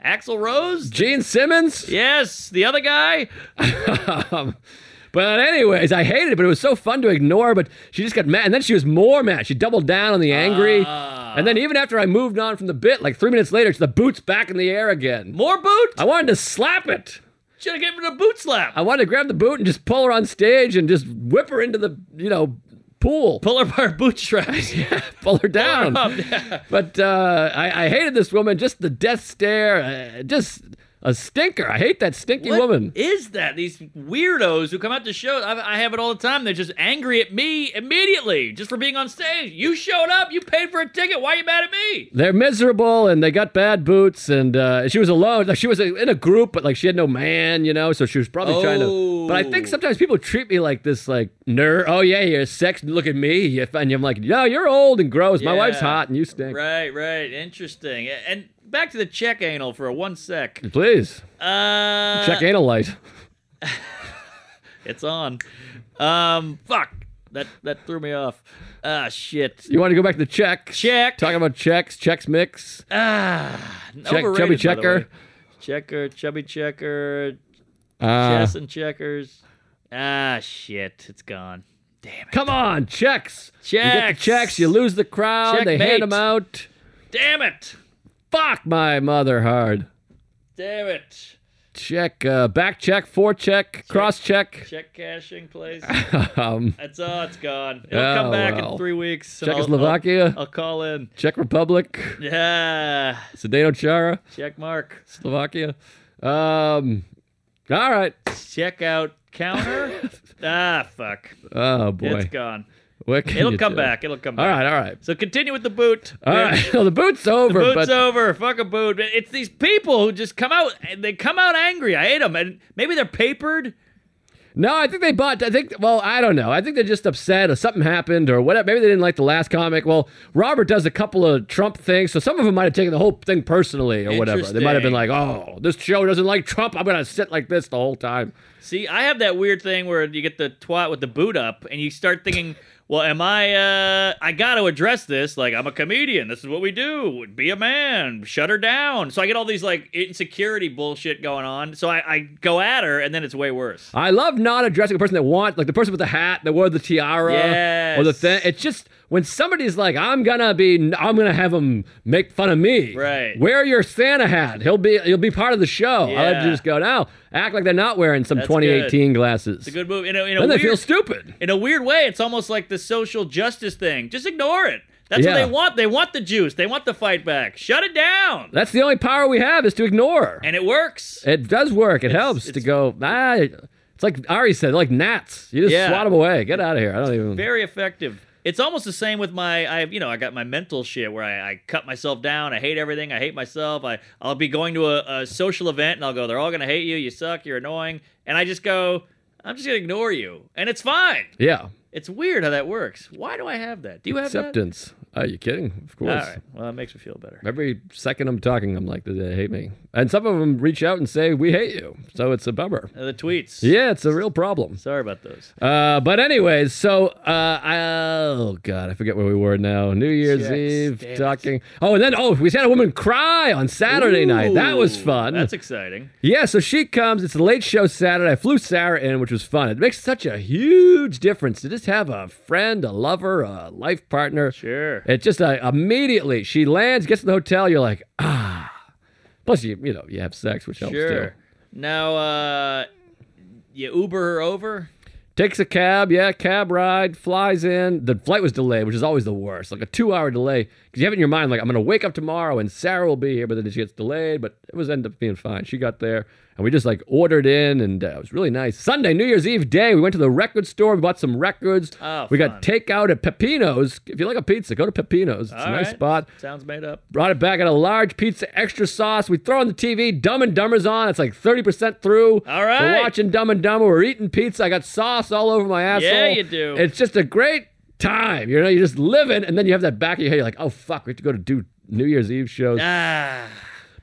Speaker 3: Axel Rose?
Speaker 5: Gene Simmons.
Speaker 3: yes, the other guy?
Speaker 5: Um, but anyways, I hated it, but it was so fun to ignore. But she just got mad, and then she was more mad. She doubled down on the angry, and
Speaker 3: Ah.
Speaker 5: then even after I moved on from the bit, like three minutes later, the boot's back in the air again.
Speaker 3: More boot?
Speaker 5: I wanted to slap it.
Speaker 3: Should have given him a boot slap.
Speaker 5: I wanted to grab the boot and just pull her on stage and just whip her into the you know pool,
Speaker 3: Pull her by her bootstraps.
Speaker 5: pull her down.
Speaker 3: Up, yeah.
Speaker 5: But uh, I, I hated this woman. Just the death stare. Uh, just a stinker. I hate that stinky
Speaker 3: What
Speaker 5: woman.
Speaker 3: is that? These weirdos who come out to shows. I, I have it all the time. They're just angry at me immediately just for being on stage. You showed up. You paid for a ticket. Why are you mad at me?
Speaker 5: They're miserable and they got bad boots and uh, she was alone. Like she was in a group, but like she had no man, you know. So she was probably trying to. But I think
Speaker 3: Oh.
Speaker 5: sometimes people treat me like this, like nerd. Oh yeah, you're sex. Look at me, You- and I'm like, no, you're old and gross. My
Speaker 3: Yeah.
Speaker 5: wife's hot and you stink.
Speaker 3: Right, right. Interesting. A- And back to the check anal for one sec.
Speaker 5: Please
Speaker 3: Uh,
Speaker 5: check anal light.
Speaker 3: It's on. Um, fuck. That that threw me off. Ah, shit.
Speaker 5: You want to go back to check?
Speaker 3: Check.
Speaker 5: Talking about checks, checks mix.
Speaker 3: Ah,
Speaker 5: Check-
Speaker 3: overrated,
Speaker 5: chubby
Speaker 3: by the
Speaker 5: checker.
Speaker 3: way. Checker, chubby checker.
Speaker 5: Uh,
Speaker 3: Chess and checkers. Ah, shit. It's gone. Damn it.
Speaker 5: Come on, checks. You get the
Speaker 3: Checks.
Speaker 5: checks. You lose the crowd. They hand
Speaker 3: Checkmate.
Speaker 5: them out.
Speaker 3: Damn it.
Speaker 5: Fuck my mother hard.
Speaker 3: Damn it.
Speaker 5: Check, uh, back check, forecheck, cross check.
Speaker 3: Check cashing, please.
Speaker 5: Um,
Speaker 3: That's all. It's gone. It'll
Speaker 5: Oh,
Speaker 3: come back
Speaker 5: well.
Speaker 3: in three weeks. and I'll-
Speaker 5: Czechoslovakia,
Speaker 3: I'll, I'll call in.
Speaker 5: Czech Republic,
Speaker 3: Yeah.
Speaker 5: Sedano Chara,
Speaker 3: Check mark.
Speaker 5: Slovakia. Um, all right.
Speaker 3: Check out counter. ah, fuck.
Speaker 5: Oh
Speaker 3: It's
Speaker 5: boy,
Speaker 3: gone.
Speaker 5: What can
Speaker 3: It'll
Speaker 5: you
Speaker 3: come
Speaker 5: do?
Speaker 3: back. It'll come back.
Speaker 5: All right, all right,
Speaker 3: So continue with the boot.
Speaker 5: all right. Well, the boot's over,
Speaker 3: Boot's
Speaker 5: but
Speaker 3: over. Fuck a boot. It's these people who just come out. They come out angry. I hate them. And maybe they're papered.
Speaker 5: no, I think they bought. I think. Well, I don't know. I think they're just upset, or something happened, or whatever. Maybe they didn't like the last comic. Well, Robert does a couple of Trump things, so some of them might have taken the whole thing personally, or whatever. They might have been like, "Oh, this show doesn't like Trump. I'm gonna sit like this the whole time."
Speaker 3: See, I have that weird thing where you get the twat with the boot up, and you start thinking, "Well, am I? Uh, I got to address this. Like, I'm a comedian. This is what we do. Be a man. Shut her down." So I get all these like insecurity bullshit going on. So I, I go at her, and then it's way worse.
Speaker 5: I love not addressing a person that wants, like the person with the hat that wore the tiara
Speaker 3: Yes.
Speaker 5: or the thing. It's just when somebody's like, "I'm gonna be, I'm gonna have him make fun of me."
Speaker 3: Right.
Speaker 5: Wear your Santa hat. He'll be, he'll be part of the show. I like to
Speaker 3: Yeah.
Speaker 5: just go now. Act like they're not wearing some
Speaker 3: That's
Speaker 5: 2018 glasses.
Speaker 3: It's a good move. In a, in a
Speaker 5: then they
Speaker 3: weird,
Speaker 5: feel stupid.
Speaker 3: in a weird way, it's almost like the social justice thing. Just ignore it. That's
Speaker 5: Yeah.
Speaker 3: what they want. They want the juice. They want the fight back. Shut it down.
Speaker 5: That's the only power we have is to ignore.
Speaker 3: and it works.
Speaker 5: it does work. It helps to
Speaker 3: it's-
Speaker 5: go. Ah, it's like Ari said, they're like gnats. You just
Speaker 3: Yeah.
Speaker 5: swat them away. Get out of here. I don't even.
Speaker 3: Very effective. It's almost the same with my, I you know, I got my mental shit where I, I cut myself down. I hate everything. I hate myself. I I'll be going to a, a social event and I'll go, they're all gonna hate you. You suck. You're annoying. And I just go, I'm just gonna ignore you, and it's fine.
Speaker 5: yeah.
Speaker 3: It's weird how that works. Why do I have that? Do you have
Speaker 5: Acceptance. Are you kidding? Of
Speaker 3: that?
Speaker 5: course.
Speaker 3: All right. Well, it makes me feel better.
Speaker 5: Every second I'm talking, I'm like, they hate me. And some of them reach out and say, we hate you. So it's a bummer.
Speaker 3: Uh, the tweets.
Speaker 5: Yeah, it's a real problem.
Speaker 3: Sorry about those.
Speaker 5: Uh, but anyways, so uh, I- oh god, I forget where we were now. New Year's
Speaker 3: Yes,
Speaker 5: Eve
Speaker 3: damn it.
Speaker 5: talking. Oh, and then oh, we had a woman cry on Saturday night. That was
Speaker 3: Ooh,
Speaker 5: fun.
Speaker 3: That's exciting.
Speaker 5: Yeah, so she comes. It's the late show Saturday. I flew Sarah in, which was fun. It makes such a huge difference to just have a friend, a lover, a life partner.
Speaker 3: Sure.
Speaker 5: It just uh, immediately she lands, gets to the hotel. You're like, ah. Plus, you you know you have sex, which helps too.
Speaker 3: Sure. Now, uh, you Uber her over.
Speaker 5: Takes a cab, yeah, cab ride, flies in. The flight was delayed, which is always the worst, like a two-hour delay, because you have it in your mind like I'm gonna wake up tomorrow and Sarah will be here, but then she gets delayed. But it was ended up being fine. She got there, and we just like ordered in, and uh, it was really nice. Sunday, New Year's Eve day, we went to the record store, we bought some records.
Speaker 3: Oh,
Speaker 5: we got takeout at Pepino's. If you like a pizza, go to Pepino's. It's a
Speaker 3: All
Speaker 5: nice
Speaker 3: right.
Speaker 5: spot.
Speaker 3: Sounds made up.
Speaker 5: Brought it back, got a large pizza, extra sauce. We throw on the TV, Dumb and Dumber's on. It's like 30% through.
Speaker 3: All right.
Speaker 5: We're watching Dumb and Dumber. We're eating pizza. I got sauce all over my asshole.
Speaker 3: you do.
Speaker 5: It's just a great time. You know, you're just living, and then you have that back of your head. You're like, oh, fuck, we have to go to do New Year's Eve shows.
Speaker 3: Ah,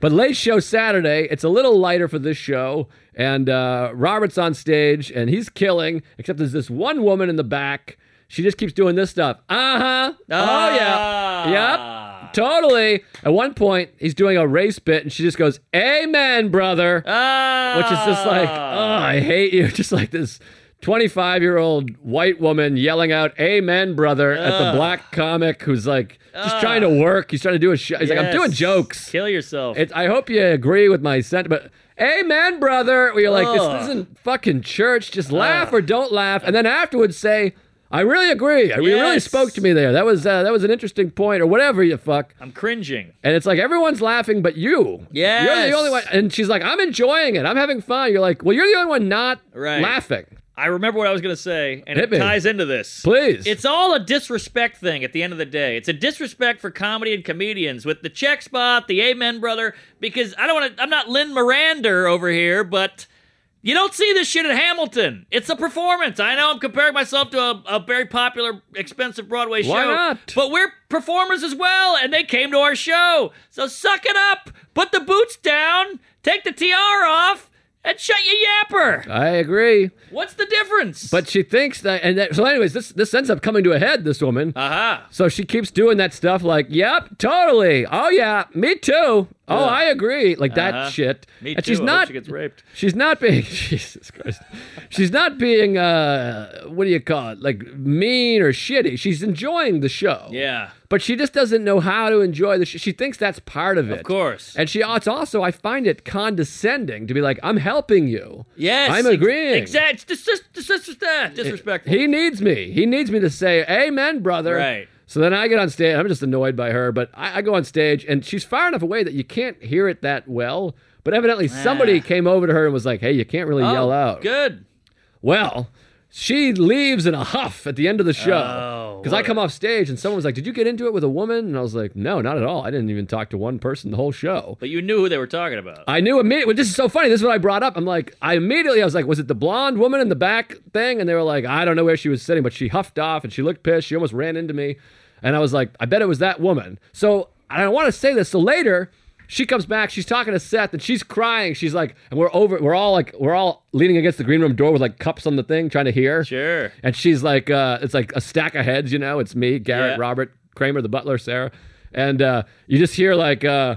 Speaker 5: But late show Saturday, it's a little lighter for this show. And uh, Robert's on stage and he's killing, except there's this one woman in the back. She just keeps doing this stuff. Uh huh. oh, yeah.
Speaker 3: Ah.
Speaker 5: Yep. Totally. At one point, he's doing a race bit and she just goes, Amen, brother.
Speaker 3: ah,
Speaker 5: Which is just like, oh, I hate you. Just like this 25 year old white woman yelling out, Amen, brother, at the black comic who's like, just trying to work. He's trying to do a show. He's like, I'm doing
Speaker 3: Yes.
Speaker 5: jokes.
Speaker 3: Kill yourself.
Speaker 5: It's, I hope you agree with my sentiment. Amen, brother. We're like,
Speaker 3: Ugh.
Speaker 5: this isn't fucking church. Just laugh or don't laugh, and then afterwards say, "I really agree. You really
Speaker 3: Yes.
Speaker 5: spoke to me there. That was uh, that was an interesting point, or whatever you fuck."
Speaker 3: I'm cringing.
Speaker 5: And it's like everyone's laughing, but you. You're
Speaker 3: Yes.
Speaker 5: the only one. And she's like, "I'm enjoying it. I'm having fun." You're like, "Well, you're the only one not
Speaker 3: Right.
Speaker 5: laughing."
Speaker 3: I remember what I was going to say, and
Speaker 5: Hit
Speaker 3: it
Speaker 5: me.
Speaker 3: ties into this.
Speaker 5: Please.
Speaker 3: It's all a disrespect thing at the end of the day. It's a disrespect for comedy and comedians with the check spot, the amen brother, because I don't want to, I'm not Lynn Miranda over here, but you don't see this shit at Hamilton. It's a performance. I know I'm comparing myself to a, a very popular, expensive Broadway
Speaker 5: Why
Speaker 3: show.
Speaker 5: not?
Speaker 3: But we're performers as well, and they came to our show. So suck it up, put the boots down, take the tiara off, And shut your yapper.
Speaker 5: I agree.
Speaker 3: What's the difference?
Speaker 5: Oh But she thinks that, and that, so, anyways, this this ends up coming to a head. This woman.
Speaker 3: aha,
Speaker 5: So she keeps doing that stuff, like, "Yep, totally. Oh yeah, me too. Oh, I agree." Like that
Speaker 3: Uh-huh.
Speaker 5: shit.
Speaker 3: me
Speaker 5: and
Speaker 3: too.
Speaker 5: she's
Speaker 3: I hope
Speaker 5: not.
Speaker 3: she gets raped.
Speaker 5: She's not being Jesus Christ. She's not being uh what do you call it? Like mean or shitty. She's enjoying the show.
Speaker 3: Yeah,
Speaker 5: But she just doesn't know how to enjoy the sh- she thinks that's part of it.
Speaker 3: of course.
Speaker 5: And she it's also I find it condescending to be like I'm helping you.
Speaker 3: Yes,
Speaker 5: I'm
Speaker 3: ex-
Speaker 5: agreeing.
Speaker 3: Exact. it's Dis- dis- dis- dis- ah, disrespectful.
Speaker 5: He needs me. He needs me to say amen, brother.
Speaker 3: Right.
Speaker 5: So then I get on stage. I'm just annoyed by her, but I, I go on stage and she's far enough away that you can't hear it that well. But evidently somebody came over to her and was like, "Hey, you can't really yell
Speaker 3: Oh,
Speaker 5: out."
Speaker 3: Good.
Speaker 5: Well, she leaves in a huff at the end of the show.
Speaker 3: Oh,
Speaker 5: Because I come off stage and someone was like, Did you get into it with a woman? And I was like, No, not at all. I didn't even talk to one person the whole show.
Speaker 3: But you knew who they were talking about.
Speaker 5: I knew immediately. Well, this is so funny. This is what I brought up. I'm like, I immediately, I was like, was it the blonde woman in the back thing? And they were like, I don't know where she was sitting, but she huffed off and she looked pissed. She almost ran into me. And I was like, I bet it was that woman. So I want to say this. So later, she comes back. She's talking to Seth and she's crying. She's like, and we're over, we're all like, we're all leaning against the green room door with like cups on the thing, trying to hear.
Speaker 3: Sure.
Speaker 5: And she's like, uh, it's like a stack of heads, you know. It's me, Garrett,
Speaker 3: Yeah.
Speaker 5: Robert, Kramer, the butler, Sarah, and uh, you just hear like, uh,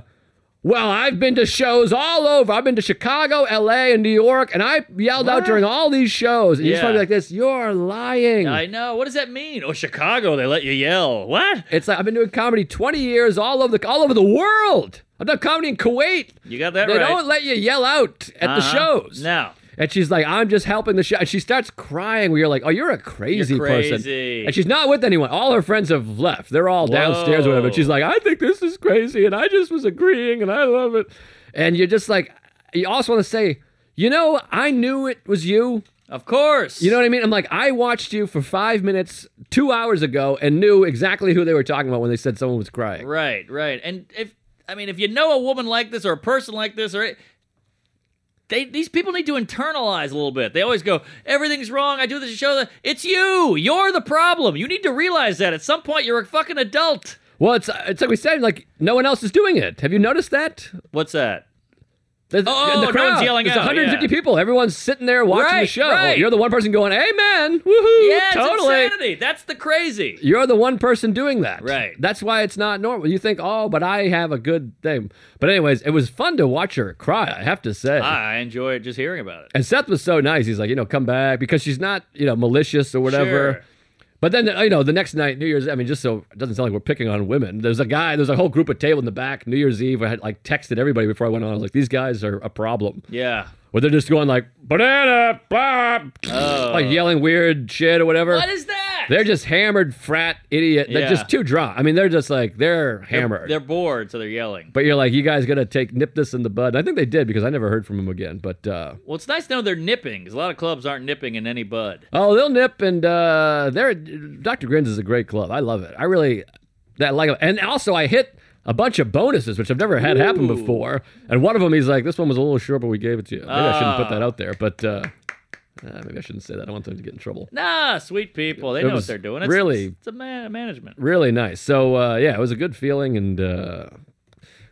Speaker 5: well, I've been to shows all over. I've been to Chicago, L.A., and New York, and I yelled out during all these shows. And you just
Speaker 3: Yeah.
Speaker 5: want to be like this. You're lying.
Speaker 3: I know. What does that mean? Oh, Chicago, they let you yell. What?
Speaker 5: it's like I've been doing comedy 20 years all over the all over the world. I've done comedy in Kuwait.
Speaker 3: You got that
Speaker 5: They
Speaker 3: right.
Speaker 5: don't let you yell out at the
Speaker 3: Uh-huh.
Speaker 5: shows.
Speaker 3: No.
Speaker 5: And she's like, I'm just helping the show. And she starts crying. Where you're like, oh, you're a crazy,
Speaker 3: You're crazy.
Speaker 5: person. And she's not with anyone. All her friends have left. They're all downstairs or whatever.
Speaker 3: Whoa.
Speaker 5: And she's like, I think this is crazy. And I just was agreeing and I love it. And you're just like, you also want to say, you know, I knew it was you.
Speaker 3: Of course.
Speaker 5: You know what I mean? I'm like, I watched you for five minutes two hours ago and knew exactly who they were talking about when they said someone was crying.
Speaker 3: Right, right. And if I mean, if you know a woman like this or a person like this, or they these people need to internalize a little bit. They always go, "Everything's wrong. I do this show. That. It's you. You're the problem. You need to realize that at some point. You're a fucking adult."
Speaker 5: Well, it's it's like we said, like no one else is doing it. Have you noticed that?
Speaker 3: What's that?
Speaker 5: The,
Speaker 3: Oh,
Speaker 5: the
Speaker 3: no
Speaker 5: crowd.
Speaker 3: one's yelling
Speaker 5: There's
Speaker 3: out,
Speaker 5: 150
Speaker 3: yeah.
Speaker 5: people. Everyone's sitting there watching the
Speaker 3: Right,
Speaker 5: show.
Speaker 3: right.
Speaker 5: You're the one person going, "Amen, woohoo!"
Speaker 3: Yeah, it's
Speaker 5: totally.
Speaker 3: insanity. That's the crazy.
Speaker 5: You're the one person doing that.
Speaker 3: Right.
Speaker 5: That's why it's not normal. You think, "Oh, but I have a good thing." But anyways, it was fun to watch her cry. I have to say.
Speaker 3: I enjoy just hearing about it.
Speaker 5: And Seth was so nice. He's like, you know, come back because she's not, you know, malicious or whatever.
Speaker 3: Sure.
Speaker 5: But then, you know, the next night, New Year's, I mean, just so it doesn't sound like we're picking on women. There's a guy, there's a whole group of table in the back, New Year's Eve. I had like texted everybody before I went on. I was like, these guys are a problem.
Speaker 3: Yeah.
Speaker 5: Where they're just going like, banana, blah,
Speaker 3: Oh.
Speaker 5: like yelling weird shit or whatever.
Speaker 3: What is that?
Speaker 5: they're just hammered, frat, idiot. They're
Speaker 3: Yeah.
Speaker 5: just too drunk. I mean, they're just like, they're hammered.
Speaker 3: They're bored, so they're yelling.
Speaker 5: but you're like, you guys got to take, nip this in the bud. And I think they did because I never heard from him again. But, uh,
Speaker 3: Well, it's nice to know they're nipping because a lot of clubs aren't nipping in any bud.
Speaker 5: Oh, they'll nip and uh they're Dr. Grins is a great club. I love it. I really that like it. And also I hit a bunch of bonuses, which I've never had happen before. And one of them he's like, This one was a little short, but we gave it to you. Maybe I shouldn't put that
Speaker 3: Ah.
Speaker 5: out there, but uh, uh, maybe I shouldn't say that. I don't want them to get in trouble.
Speaker 3: Nah, sweet people. They
Speaker 5: It
Speaker 3: know what
Speaker 5: was
Speaker 3: they're doing. It's,
Speaker 5: really-
Speaker 3: it's, it's a man- management.
Speaker 5: Really nice. So uh, yeah, it was a good feeling and uh,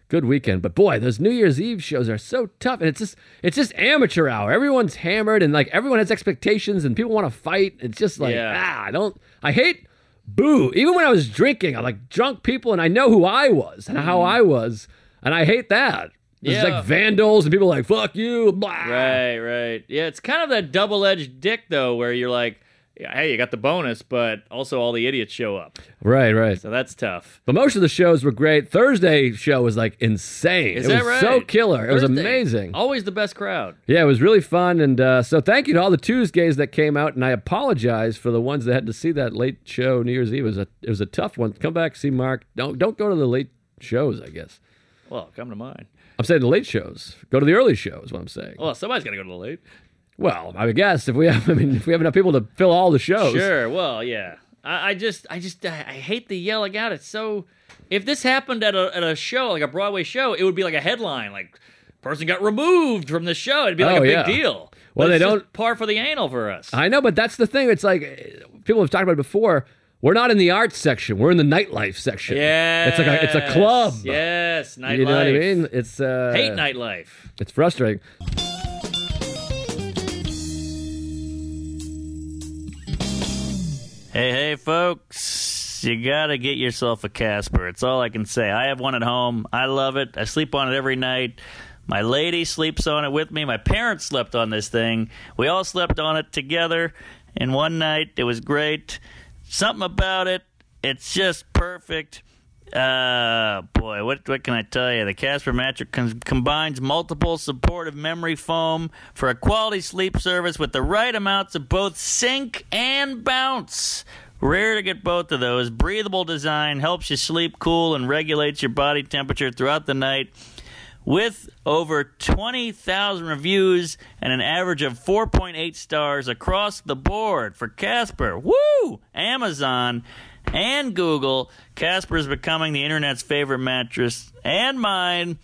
Speaker 5: good weekend. But boy, those New Year's Eve shows are so tough, and it's just it's just amateur hour. Everyone's hammered, and like everyone has expectations, and people want to fight. It's just like
Speaker 3: Yeah.
Speaker 5: ah, I don't. I hate boo. Even when I was drinking, I like drunk people, and I know who I was and how I was, and I hate that. There's
Speaker 3: Mm. Yeah.
Speaker 5: like vandals and people like fuck you. Blah.
Speaker 3: Right, right. Yeah, it's kind of that double edged dick, though, where you're like, yeah, hey, you got the bonus, but also all the idiots show up.
Speaker 5: right, right.
Speaker 3: So that's tough.
Speaker 5: But most of the shows were great. Thursday show was like insane.
Speaker 3: Is
Speaker 5: it
Speaker 3: that
Speaker 5: was
Speaker 3: right?
Speaker 5: so killer. It was
Speaker 3: Thursday,
Speaker 5: amazing.
Speaker 3: Always the best crowd.
Speaker 5: Yeah, it was really fun, and uh, so thank you to all the Tuesdays that came out, and I apologize for the ones that had to see that late show New Year's Eve. It was a it was a tough one. Come back, see Mark. Don't don't go to the late shows. I guess
Speaker 3: Well, come to mind.
Speaker 5: I'm saying the late shows. Go to the early shows. What I'm saying.
Speaker 3: Well, somebody's got to go to the late.
Speaker 5: Well, I would guess if we have, I mean, if we have enough people to fill all the shows.
Speaker 3: Sure. Well, yeah. I, I just, I just, I, I hate the yelling out. It's so. If this happened at a at a show like a Broadway show, it would be like a headline, like person got removed from the show. It'd be like
Speaker 5: Oh,
Speaker 3: a big
Speaker 5: yeah.
Speaker 3: deal.
Speaker 5: Well,
Speaker 3: But
Speaker 5: they
Speaker 3: it's just
Speaker 5: don't-
Speaker 3: par for the anal for us.
Speaker 5: I know, but that's the thing. It's like eh, people have talked about it before. We're not in the arts section. We're in the nightlife section.
Speaker 3: yeah.
Speaker 5: it's like a, it's a club.
Speaker 3: Yes. Nightlife.
Speaker 5: you know what I mean? It's uh,
Speaker 3: Hate nightlife.
Speaker 5: It's frustrating.
Speaker 3: Hey, hey, folks. You got to get yourself a Casper. It's all I can say. I have one at home. I love it. I sleep on it every night. My lady sleeps on it with me. My parents slept on this thing. We all slept on it together in one night. It was great. Something about it, it's just perfect. Uh, boy, what what can I tell you? The Casper mattress com- combines multiple supportive memory foam for a quality sleep service with the right amounts of both sink and bounce. Rare to get both of those. Breathable design helps you sleep cool and regulates your body temperature throughout the night. With over 20,000 reviews and an average of 4.8 stars across the board for Casper, woo! Amazon and Google, Casper is becoming the internet's favorite mattress and mine.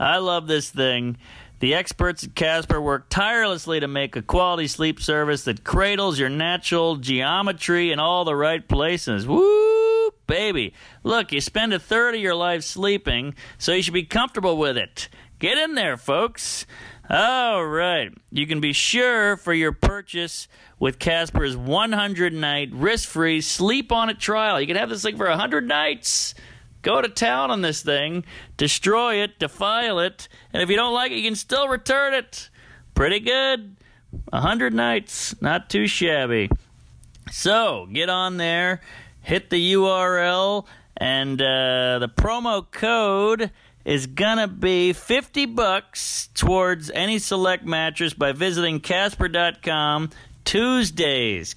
Speaker 3: I love this thing. The experts at Casper work tirelessly to make a quality sleep service that cradles your natural geometry in all the right places. Woo, baby. Look, you spend a third of your life sleeping, so you should be comfortable with it. Get in there, folks. All right. You can be sure for your purchase with Casper's 100 night risk free sleep on it trial. You can have this thing for 100 nights go to town on this thing, destroy it, defile it, and if you don't like it, you can still return it. Pretty good. A hundred nights, not too shabby. So get on there, hit the URL, and uh, the promo code is gonna be 50 bucks towards any select mattress by visiting casper.com Tuesdays,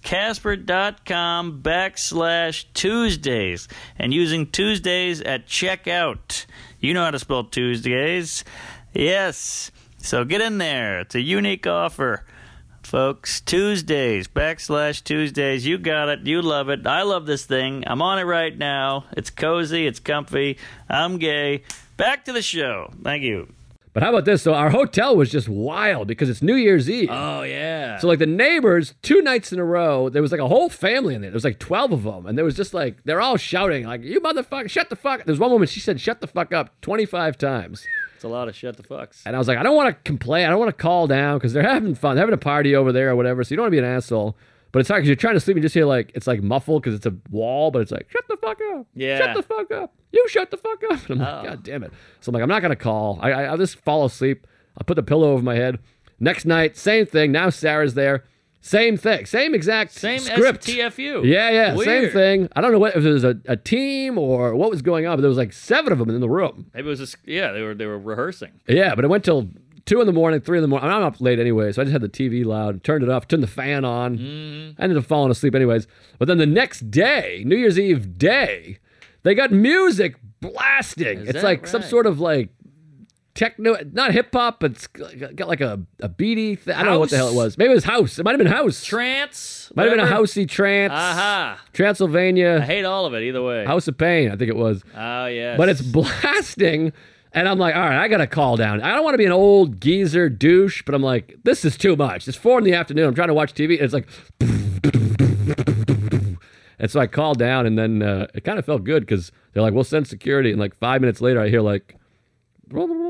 Speaker 3: Casper.com backslash Tuesdays, and using Tuesdays at checkout. You know how to spell Tuesdays. Yes. So get in there. It's a unique offer, folks. Tuesdays, backslash Tuesdays. You got it. You love it. I love this thing. I'm on it right now. It's cozy. It's comfy. I'm gay. Back to the show. Thank you.
Speaker 5: But how about this? So our hotel was just wild because it's New Year's Eve.
Speaker 3: Oh, yeah.
Speaker 5: So like the neighbors, two nights in a row, there was like a whole family in there. There was like twelve of them, and there was just like they're all shouting like "You motherfucker, shut the fuck!" There's one woman she said "Shut the fuck up" twenty five times,
Speaker 3: It's a lot of shut the fucks.
Speaker 5: and I was like, I don't want to complain, I don't want to call down because they're having fun, they're having a party over there or whatever. So you don't want to be an asshole, but it's hard because you're trying to sleep and you just hear like it's like muffled because it's a wall, but it's like "Shut the fuck up,
Speaker 3: Yeah. Oh.
Speaker 5: shut the fuck up, you shut the fuck up." And I'm like, God damn it! So I'm like, I'm not gonna call. I, I I'll just fall asleep. I put the pillow over my head. Next night, same thing. Now Sarah's there. Same thing. Same exact
Speaker 3: Same
Speaker 5: script.
Speaker 3: as TFU.
Speaker 5: Yeah, yeah, same
Speaker 3: Weird.
Speaker 5: thing. I don't know what if it was a, a team or what was going on, but there was like seven of them in the room.
Speaker 3: Maybe it was just yeah, they were they were rehearsing.
Speaker 5: Yeah, but it went till two in the morning, three in the morning. I'm up late anyway, so I just had the TV loud, turned it off, turned the fan on.
Speaker 3: Mm-hmm.
Speaker 5: I ended up falling asleep anyways. But then the next day, New Year's Eve day, they got music blasting.
Speaker 3: Is
Speaker 5: it's
Speaker 3: that
Speaker 5: like some
Speaker 3: right?
Speaker 5: sort of like techno, not hip hop, but it's got like a, a beady thing. I don't know what the hell it
Speaker 3: House?
Speaker 5: was. Maybe it was house. It might have been house.
Speaker 3: Trance.
Speaker 5: might have been a
Speaker 3: whatever.
Speaker 5: housey trance.
Speaker 3: Aha.
Speaker 5: Transylvania.
Speaker 3: I hate all of it either way.
Speaker 5: House of Pain, I think it was.
Speaker 3: Oh yes.
Speaker 5: But it's blasting. And I'm like, all right, I got to call down. I don't want to be an old geezer douche, but I'm like, this is too much. It's four in the afternoon. I'm trying to watch TV. And it's like, and so I called down, and then uh, it kind of felt good because they're like, we'll send security. And like five minutes later, I hear like, and then the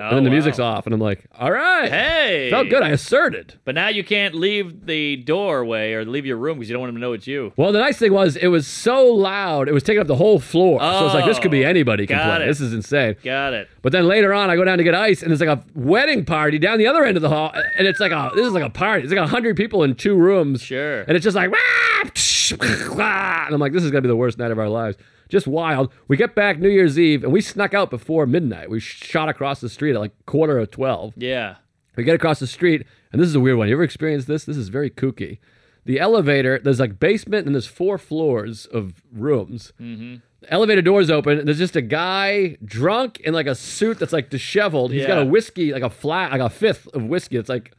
Speaker 3: Oh, wow.
Speaker 5: music's off. And I'm like, all right.
Speaker 3: hey.
Speaker 5: Felt good. I asserted.
Speaker 3: But now you can't leave the doorway or leave your room because you don't want them to know it's you.
Speaker 5: Well, the nice thing was it was so loud, it was taking up the whole floor. so it's like, this could be
Speaker 3: Oh,
Speaker 5: anybody can
Speaker 3: got
Speaker 5: play.
Speaker 3: it.
Speaker 5: This is insane.
Speaker 3: Got it.
Speaker 5: But then later on, I go down to get ice, and there's like a wedding party down the other end of the hall, and it's like a this is like a party. It's like a hundred people in two rooms.
Speaker 3: Sure.
Speaker 5: And it's just like "Wah, psh, wah," and I'm like, this is gonna be the worst night of our lives. Just wild. We get back New Year's Eve, and we snuck out before midnight. We shot across the street at like quarter of twelve.
Speaker 3: Yeah.
Speaker 5: We get across the street, and this is a weird one. You ever experienced this? This is very kooky. The elevator, there's like basement, and there's four floors of rooms. Mm-hmm. The elevator doors open, and there's just a guy drunk in like a suit that's like disheveled. He's got
Speaker 3: Yeah.
Speaker 5: a whiskey, like a flat, like a fifth of whiskey. It's like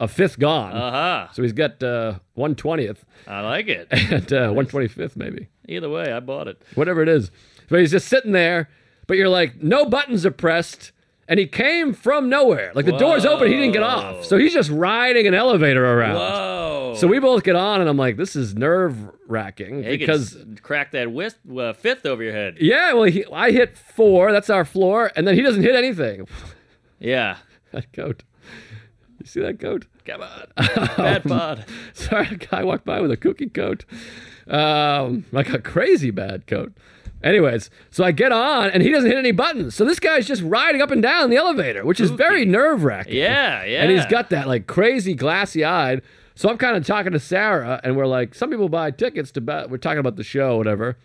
Speaker 5: a fifth gone.
Speaker 3: Uh huh.
Speaker 5: So he's got uh, one twentieth
Speaker 3: I like it.
Speaker 5: and uh, one twenty fifth maybe
Speaker 3: Either way, I bought it.
Speaker 5: whatever it is. But he's just sitting there, but you're like, no buttons are pressed. And he came from nowhere. Like the door's open, he didn't get off. So he's just riding an elevator around.
Speaker 3: Whoa.
Speaker 5: So we both get on, and I'm like, this is nerve wracking
Speaker 3: Yeah, you could
Speaker 5: because.
Speaker 3: s- crack that whist, uh, fifth over your head.
Speaker 5: Yeah, well, he, I hit four. That's our floor, and then he doesn't hit anything.
Speaker 3: Yeah.
Speaker 5: that goat. You see that goat?
Speaker 3: Come on. Bad pod.
Speaker 5: Sorry, a guy walked by with a cookie coat. um, like a crazy bad coat. Anyways, so I get on and he doesn't hit any buttons. So this guy's just riding up and down the elevator, which is very nerve wracking.
Speaker 3: Yeah, yeah.
Speaker 5: And he's got that like crazy glassy eyed. So I'm kind of talking to Sarah, and we're like, some people buy tickets to bet. We're talking about the show, whatever.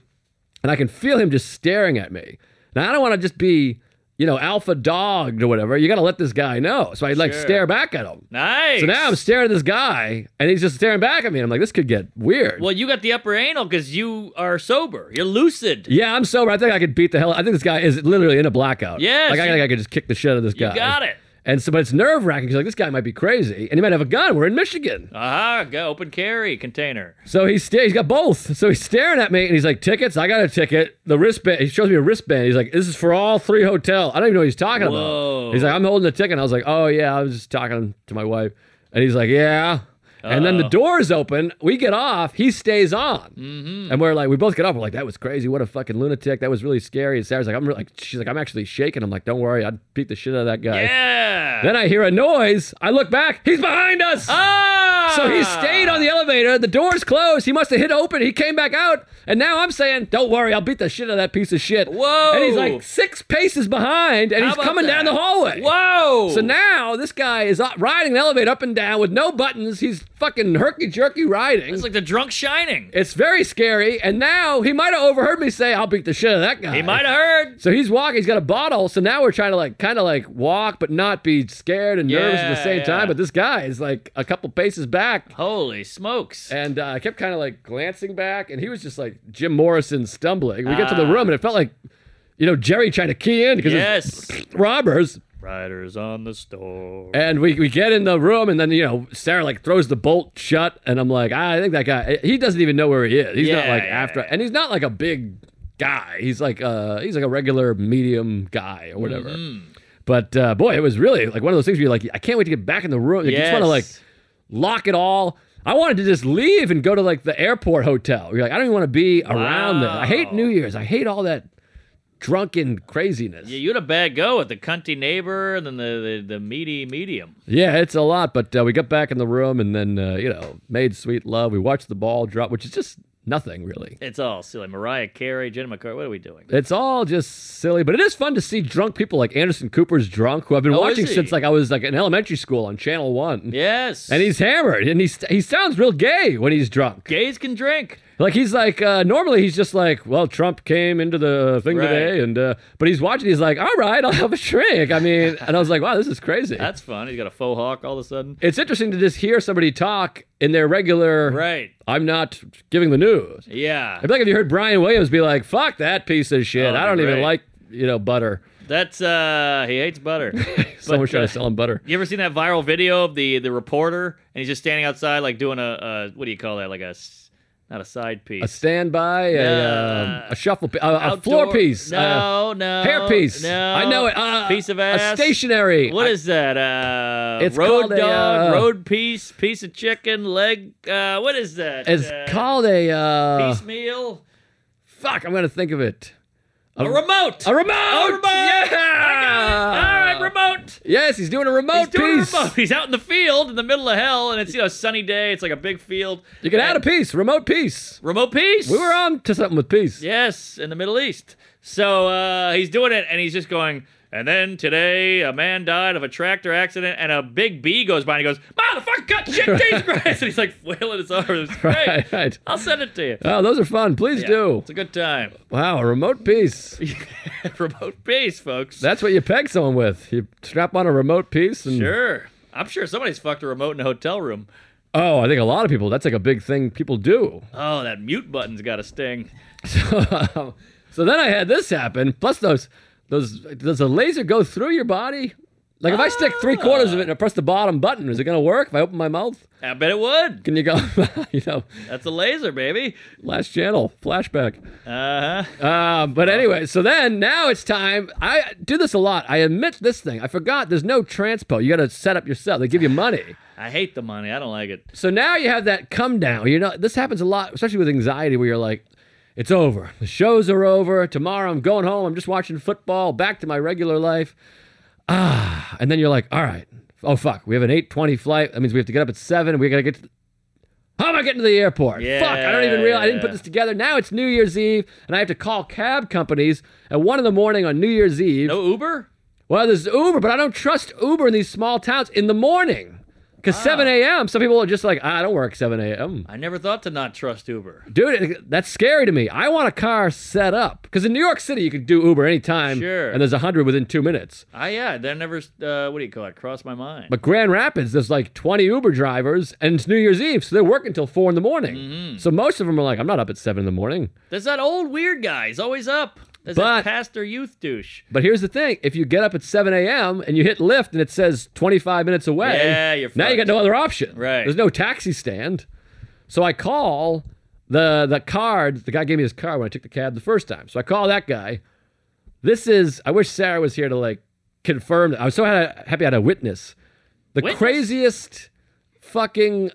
Speaker 5: And I can feel him just staring at me. Now I don't want to just be, you know, alpha dogged or whatever. You got to let this guy know. So I like stare back at him.
Speaker 3: nice.
Speaker 5: So now I'm staring at this guy, and he's just staring back at me. And I'm like, this could get weird.
Speaker 3: well, you got the upper anal because you are sober. You're lucid.
Speaker 5: Yeah, I'm sober. I think I could beat the hell. I think this guy is literally in a blackout.
Speaker 3: Yes,
Speaker 5: like I
Speaker 3: you-
Speaker 5: think I could just kick the shit out of this
Speaker 3: You
Speaker 5: guy.
Speaker 3: got it.
Speaker 5: And so, but it's nerve wracking because like this guy might be crazy, and he might have a gun. We're in Michigan.
Speaker 3: Aha, go open carry container.
Speaker 5: So he's sta- he's got both. So he's staring at me and he's like, "Tickets? I got a ticket. The wristband." He shows me a wristband. He's like, "This is for all three hotel." I don't even know what he's talking
Speaker 3: Whoa.
Speaker 5: about. He's like, "I'm holding the ticket." And I was like, "Oh yeah, I was just talking to my wife." And he's like, "Yeah." And
Speaker 3: Uh.
Speaker 5: then the doors open. We get off. He stays on, mm-hmm. and
Speaker 3: Mm.
Speaker 5: we're like, we both get up. We're like, "That was crazy. What a fucking lunatic. That was really scary." And Sarah's like, "I'm really, like," she's like, "I'm actually shaking." I'm like, "Don't worry, I'd beat the shit out of that guy."
Speaker 3: Yeah.
Speaker 5: Then I hear a noise. I look back. He's behind us.
Speaker 3: ah!
Speaker 5: So he stayed on the elevator. The doors closed. He must have hit open. He came back out. And now I'm saying, don't worry, I'll beat the shit out of that piece of shit.
Speaker 3: Whoa.
Speaker 5: And he's like six paces behind, and
Speaker 3: How
Speaker 5: he's
Speaker 3: about
Speaker 5: coming down
Speaker 3: that?
Speaker 5: the hallway.
Speaker 3: Whoa.
Speaker 5: So now this guy is up- riding the elevator up and down with no buttons. He's fucking herky jerky riding.
Speaker 3: it's
Speaker 5: It's,
Speaker 3: like the drunk shining.
Speaker 5: very scary. And now he might have overheard me say, I'll beat the shit out of that guy.
Speaker 3: He might have heard.
Speaker 5: So he's walking. He's got a bottle. So now we're trying to like kind of like walk, but not be scared and nervous at
Speaker 3: Yeah,
Speaker 5: the same
Speaker 3: yeah.
Speaker 5: time. But this guy is like a couple paces back.
Speaker 3: Holy smokes.
Speaker 5: And uh, I kept kind of like glancing back, and he was just like Jim Morrison stumbling. We get to the room, and it felt like, you know, Jerry trying to key in because
Speaker 3: Ah. Yes.
Speaker 5: it's robbers.
Speaker 3: Riders on the store.
Speaker 5: And we, we get in the room, and then, you know, Sarah like throws the bolt shut, and I'm like, ah, I think that guy, he doesn't even know where he is. He's not
Speaker 3: Yeah,
Speaker 5: like
Speaker 3: yeah,
Speaker 5: after,
Speaker 3: yeah.
Speaker 5: and he's not like a big guy. He's like uh he's like a regular medium guy or whatever.
Speaker 3: Mm-hmm.
Speaker 5: But uh, boy, it was really like one of those things where you're like, I can't wait to get back in the room. Like, You just want to like
Speaker 3: Yes.
Speaker 5: lock it all. I wanted to just leave and go to like the airport hotel. You're like, I don't even want to be around this. I hate New Year's. I hate all that drunken craziness.
Speaker 3: Yeah, you had a bad go with the cunty neighbor and then the, the, the meaty medium.
Speaker 5: Yeah, it's a lot, but uh, we got back in the room and then, uh, you know, made sweet love. We watched the ball drop, which is just nothing really.
Speaker 3: It's all silly. Mariah Carey, Jenna McCarthy. What are we doing?
Speaker 5: It's all just silly, but it is fun to see drunk people like Anderson Cooper's drunk, who I've been
Speaker 3: Oh,
Speaker 5: watching
Speaker 3: is he?
Speaker 5: since like I was like in elementary school on Channel One.
Speaker 3: Yes.
Speaker 5: And he's hammered, and he's he sounds real gay when he's drunk.
Speaker 3: gays can drink.
Speaker 5: Like he's like uh, normally he's just like, well, Trump came into the thing
Speaker 3: Right.
Speaker 5: today, and uh, but he's watching. He's like, all right, I'll have a drink. I mean, and I was like, wow, this is crazy.
Speaker 3: That's fun. He's got a faux hawk all of a sudden.
Speaker 5: it's interesting to just hear somebody talk in their regular.
Speaker 3: Right.
Speaker 5: I'm not giving the news.
Speaker 3: Yeah.
Speaker 5: I'd be like if you heard Brian Williams be like, fuck that piece of shit.
Speaker 3: Oh,
Speaker 5: I don't even
Speaker 3: great.
Speaker 5: like you know butter.
Speaker 3: That's uh he hates butter.
Speaker 5: Someone
Speaker 3: But,
Speaker 5: trying to
Speaker 3: uh,
Speaker 5: sell him butter.
Speaker 3: You ever seen that viral video of the the reporter and he's just standing outside like doing a, a what do you call that? Like a s- not a side piece.
Speaker 5: A standby, a, um,
Speaker 3: Uh,
Speaker 5: a shuffle, pi- a, a
Speaker 3: Outdoor-
Speaker 5: floor piece, a
Speaker 3: No, no.
Speaker 5: hair piece.
Speaker 3: No.
Speaker 5: I know it. Uh,
Speaker 3: piece of
Speaker 5: A
Speaker 3: ass.
Speaker 5: stationary.
Speaker 3: What is that? Uh,
Speaker 5: It's
Speaker 3: road
Speaker 5: called a,
Speaker 3: dog,
Speaker 5: uh,
Speaker 3: road piece, piece of chicken, leg. Uh, what is that?
Speaker 5: It's
Speaker 3: uh,
Speaker 5: called a uh,
Speaker 3: piecemeal.
Speaker 5: fuck. I'm gonna think of it.
Speaker 3: A, remote.
Speaker 5: A uh, remote.
Speaker 3: A remote!
Speaker 5: Yeah.
Speaker 3: All right, remote.
Speaker 5: Yes, he's doing a remote
Speaker 3: He's doing
Speaker 5: piece.
Speaker 3: a remote. He's out in the field in the middle of hell, and it's you know a sunny day. It's like a big field.
Speaker 5: You can add a
Speaker 3: And-
Speaker 5: piece. Remote piece.
Speaker 3: remote piece.
Speaker 5: We were on to something with piece.
Speaker 3: Yes, in the Middle East. So uh, he's doing it, and he's just going. And then today, a man died of a tractor accident, and a big bee goes by, and he goes, "Motherfucker, cut shit, Jesus Christ!" And he's like wailing his arms. It's great.
Speaker 5: Right. right.
Speaker 3: I'll send it to you.
Speaker 5: Oh, those are fun. Please
Speaker 3: Yeah,
Speaker 5: do.
Speaker 3: It's a good time.
Speaker 5: Wow, a remote piece.
Speaker 3: remote piece, folks.
Speaker 5: That's what you peg someone with. You strap on a remote piece and
Speaker 3: sure. I'm sure somebody's fucked a remote in a hotel room.
Speaker 5: Oh, I think a lot of people that's like a big thing people do.
Speaker 3: Oh, that mute button's got a sting.
Speaker 5: so then I had this happen. Plus those those does the laser go through your body? Like if I stick three quarters of it and I press the bottom button, is it gonna work if I open my mouth?
Speaker 3: I bet it would.
Speaker 5: Can you go you know,
Speaker 3: That's a laser, baby.
Speaker 5: last channel, flashback.
Speaker 3: Uh huh.
Speaker 5: Um, but anyway, so then now it's time. I do this a lot. I admit this thing. I forgot there's no transpo. You got to set up yourself. They give you money.
Speaker 3: I hate the money. I don't like it.
Speaker 5: So now you have that come down. You know, this happens a lot, especially with anxiety, where you're like, it's over. The shows are over. Tomorrow I'm going home. I'm just watching football. Back to my regular life. Ah, and then you're like, all right. Oh fuck, we have an 8:20 flight. That means we have to get up at seven. We gotta get. To How am I getting to the airport?
Speaker 7: Yeah.
Speaker 5: Fuck, I don't even realize. I didn't put this together. Now it's New Year's Eve, and I have to call cab companies at one in the morning on New Year's Eve.
Speaker 7: No Uber?
Speaker 5: Well, there's Uber, but I don't trust Uber in these small towns in the morning. Because
Speaker 7: Ah.
Speaker 5: 7 a.m., some people are just like, "Ah, I don't work 7 a.m.
Speaker 7: I never thought to not trust Uber.
Speaker 5: Dude, it- that's scary to me. I want a car set up. Because in New York City, you can do Uber anytime,
Speaker 7: Sure.
Speaker 5: and there's 100 within two minutes.
Speaker 3: Ah,
Speaker 7: I yeah, that never uh, what do you call it? Crossed my mind.
Speaker 5: But Grand Rapids, there's like 20 Uber drivers, and it's New Year's Eve, so they're working till 4 in the morning.
Speaker 7: Mm-hmm.
Speaker 5: So most of them are like, I'm not up at 7 in the morning.
Speaker 7: There's that old weird guy. He's always up. There's
Speaker 5: But-
Speaker 7: that pastor youth douche.
Speaker 5: But here's the thing if you get up at 7 a.m. and you hit Lyft and it says 25 minutes away,
Speaker 7: Yeah, you're
Speaker 5: now you got
Speaker 7: fucked.
Speaker 5: no other option.
Speaker 7: Right.
Speaker 5: There's no taxi stand. So I call the the card. The guy gave me his card when I took the cab the first time. So I call that guy. This is, I wish Sarah was here to like confirm. I was so ha- happy I had a witness. The
Speaker 7: Witness?
Speaker 5: craziest fucking.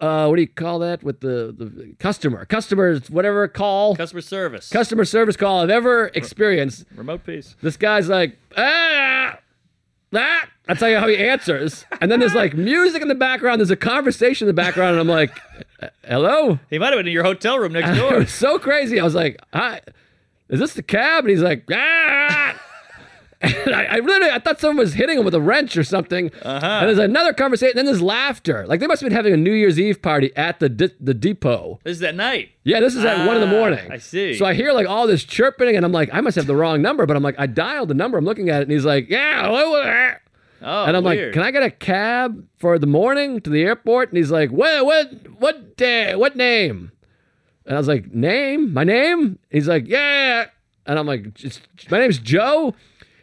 Speaker 5: Uh, what do you call that with the, the customer? Customers, whatever call,
Speaker 7: Customer service.
Speaker 5: customer service call I've ever experienced.
Speaker 7: Remote piece.
Speaker 5: This guy's like, ah, ah. I tell you how he answers. And then there's like music in the background. There's a conversation in the background. And I'm like, hello?
Speaker 7: He might have been in your hotel room next
Speaker 5: It
Speaker 7: door.
Speaker 5: was so crazy. I was like, hi, is this the cab? And he's like, ah. And I, I literally, I thought someone was hitting him with a wrench or something.
Speaker 7: Uh-huh.
Speaker 5: And there's another conversation. Then there's laughter. Like they must have been having a New Year's Eve party at the di- the depot.
Speaker 7: this is that night.
Speaker 5: Yeah, this is at one in the
Speaker 7: Ah,
Speaker 5: morning.
Speaker 7: I see.
Speaker 5: So I hear like all this chirping, and I'm like, I must have the wrong number. But I'm like, I dialed the number. I'm looking at it, and he's like, Yeah. wha- wha-
Speaker 7: Oh,
Speaker 5: And I'm like,
Speaker 7: weird.
Speaker 5: Can I get a cab for the morning to the airport? And he's like, What? What? What day? What name? And I was like, Name? My name? He's like, Yeah. And I'm like, "It's- My name's Joe.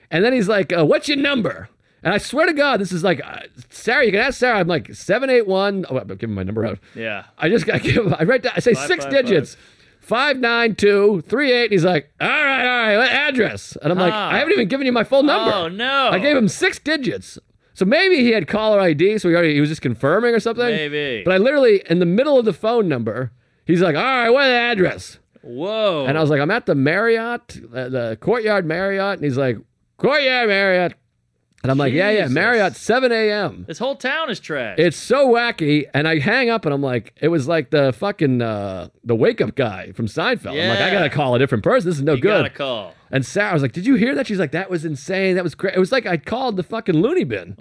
Speaker 5: And then he's like, uh, What's your number? And I swear to God, this is like, uh, Sarah, you can ask Sarah. I'm like, 781. Oh, I'm giving my number out.
Speaker 7: Yeah.
Speaker 5: I just got give. I write. Down, I say
Speaker 7: Five,
Speaker 5: six
Speaker 7: five,
Speaker 5: digits. Five nine two three eight. And he's like, all right, all right, what address? And I'm like,
Speaker 7: Ah.
Speaker 5: I haven't even given you my full number.
Speaker 7: Oh no.
Speaker 5: I gave him six digits. So maybe he had caller ID, so he already he was just confirming or something.
Speaker 7: Maybe.
Speaker 5: But I literally in the middle of the phone number, he's like, all right, what address?
Speaker 7: Whoa.
Speaker 5: And I was like, I'm at the Marriott, uh, the Courtyard Marriott, and he's like, Courtyard Marriott. And I'm like, yeah, yeah,
Speaker 7: Jesus.
Speaker 5: Marriott, 7 a.m.
Speaker 7: this whole town is trash.
Speaker 5: It's so wacky, and I hang up, and I'm like, it was like the fucking uh, the wake up guy from Seinfeld. I'm like, I
Speaker 7: Yeah.
Speaker 5: gotta call a different person. This is no
Speaker 7: you
Speaker 5: good.
Speaker 7: got a call.
Speaker 5: and Sarah was like, Did you hear that? She's like, That was insane. That was crazy. It was like I called the fucking loony bin.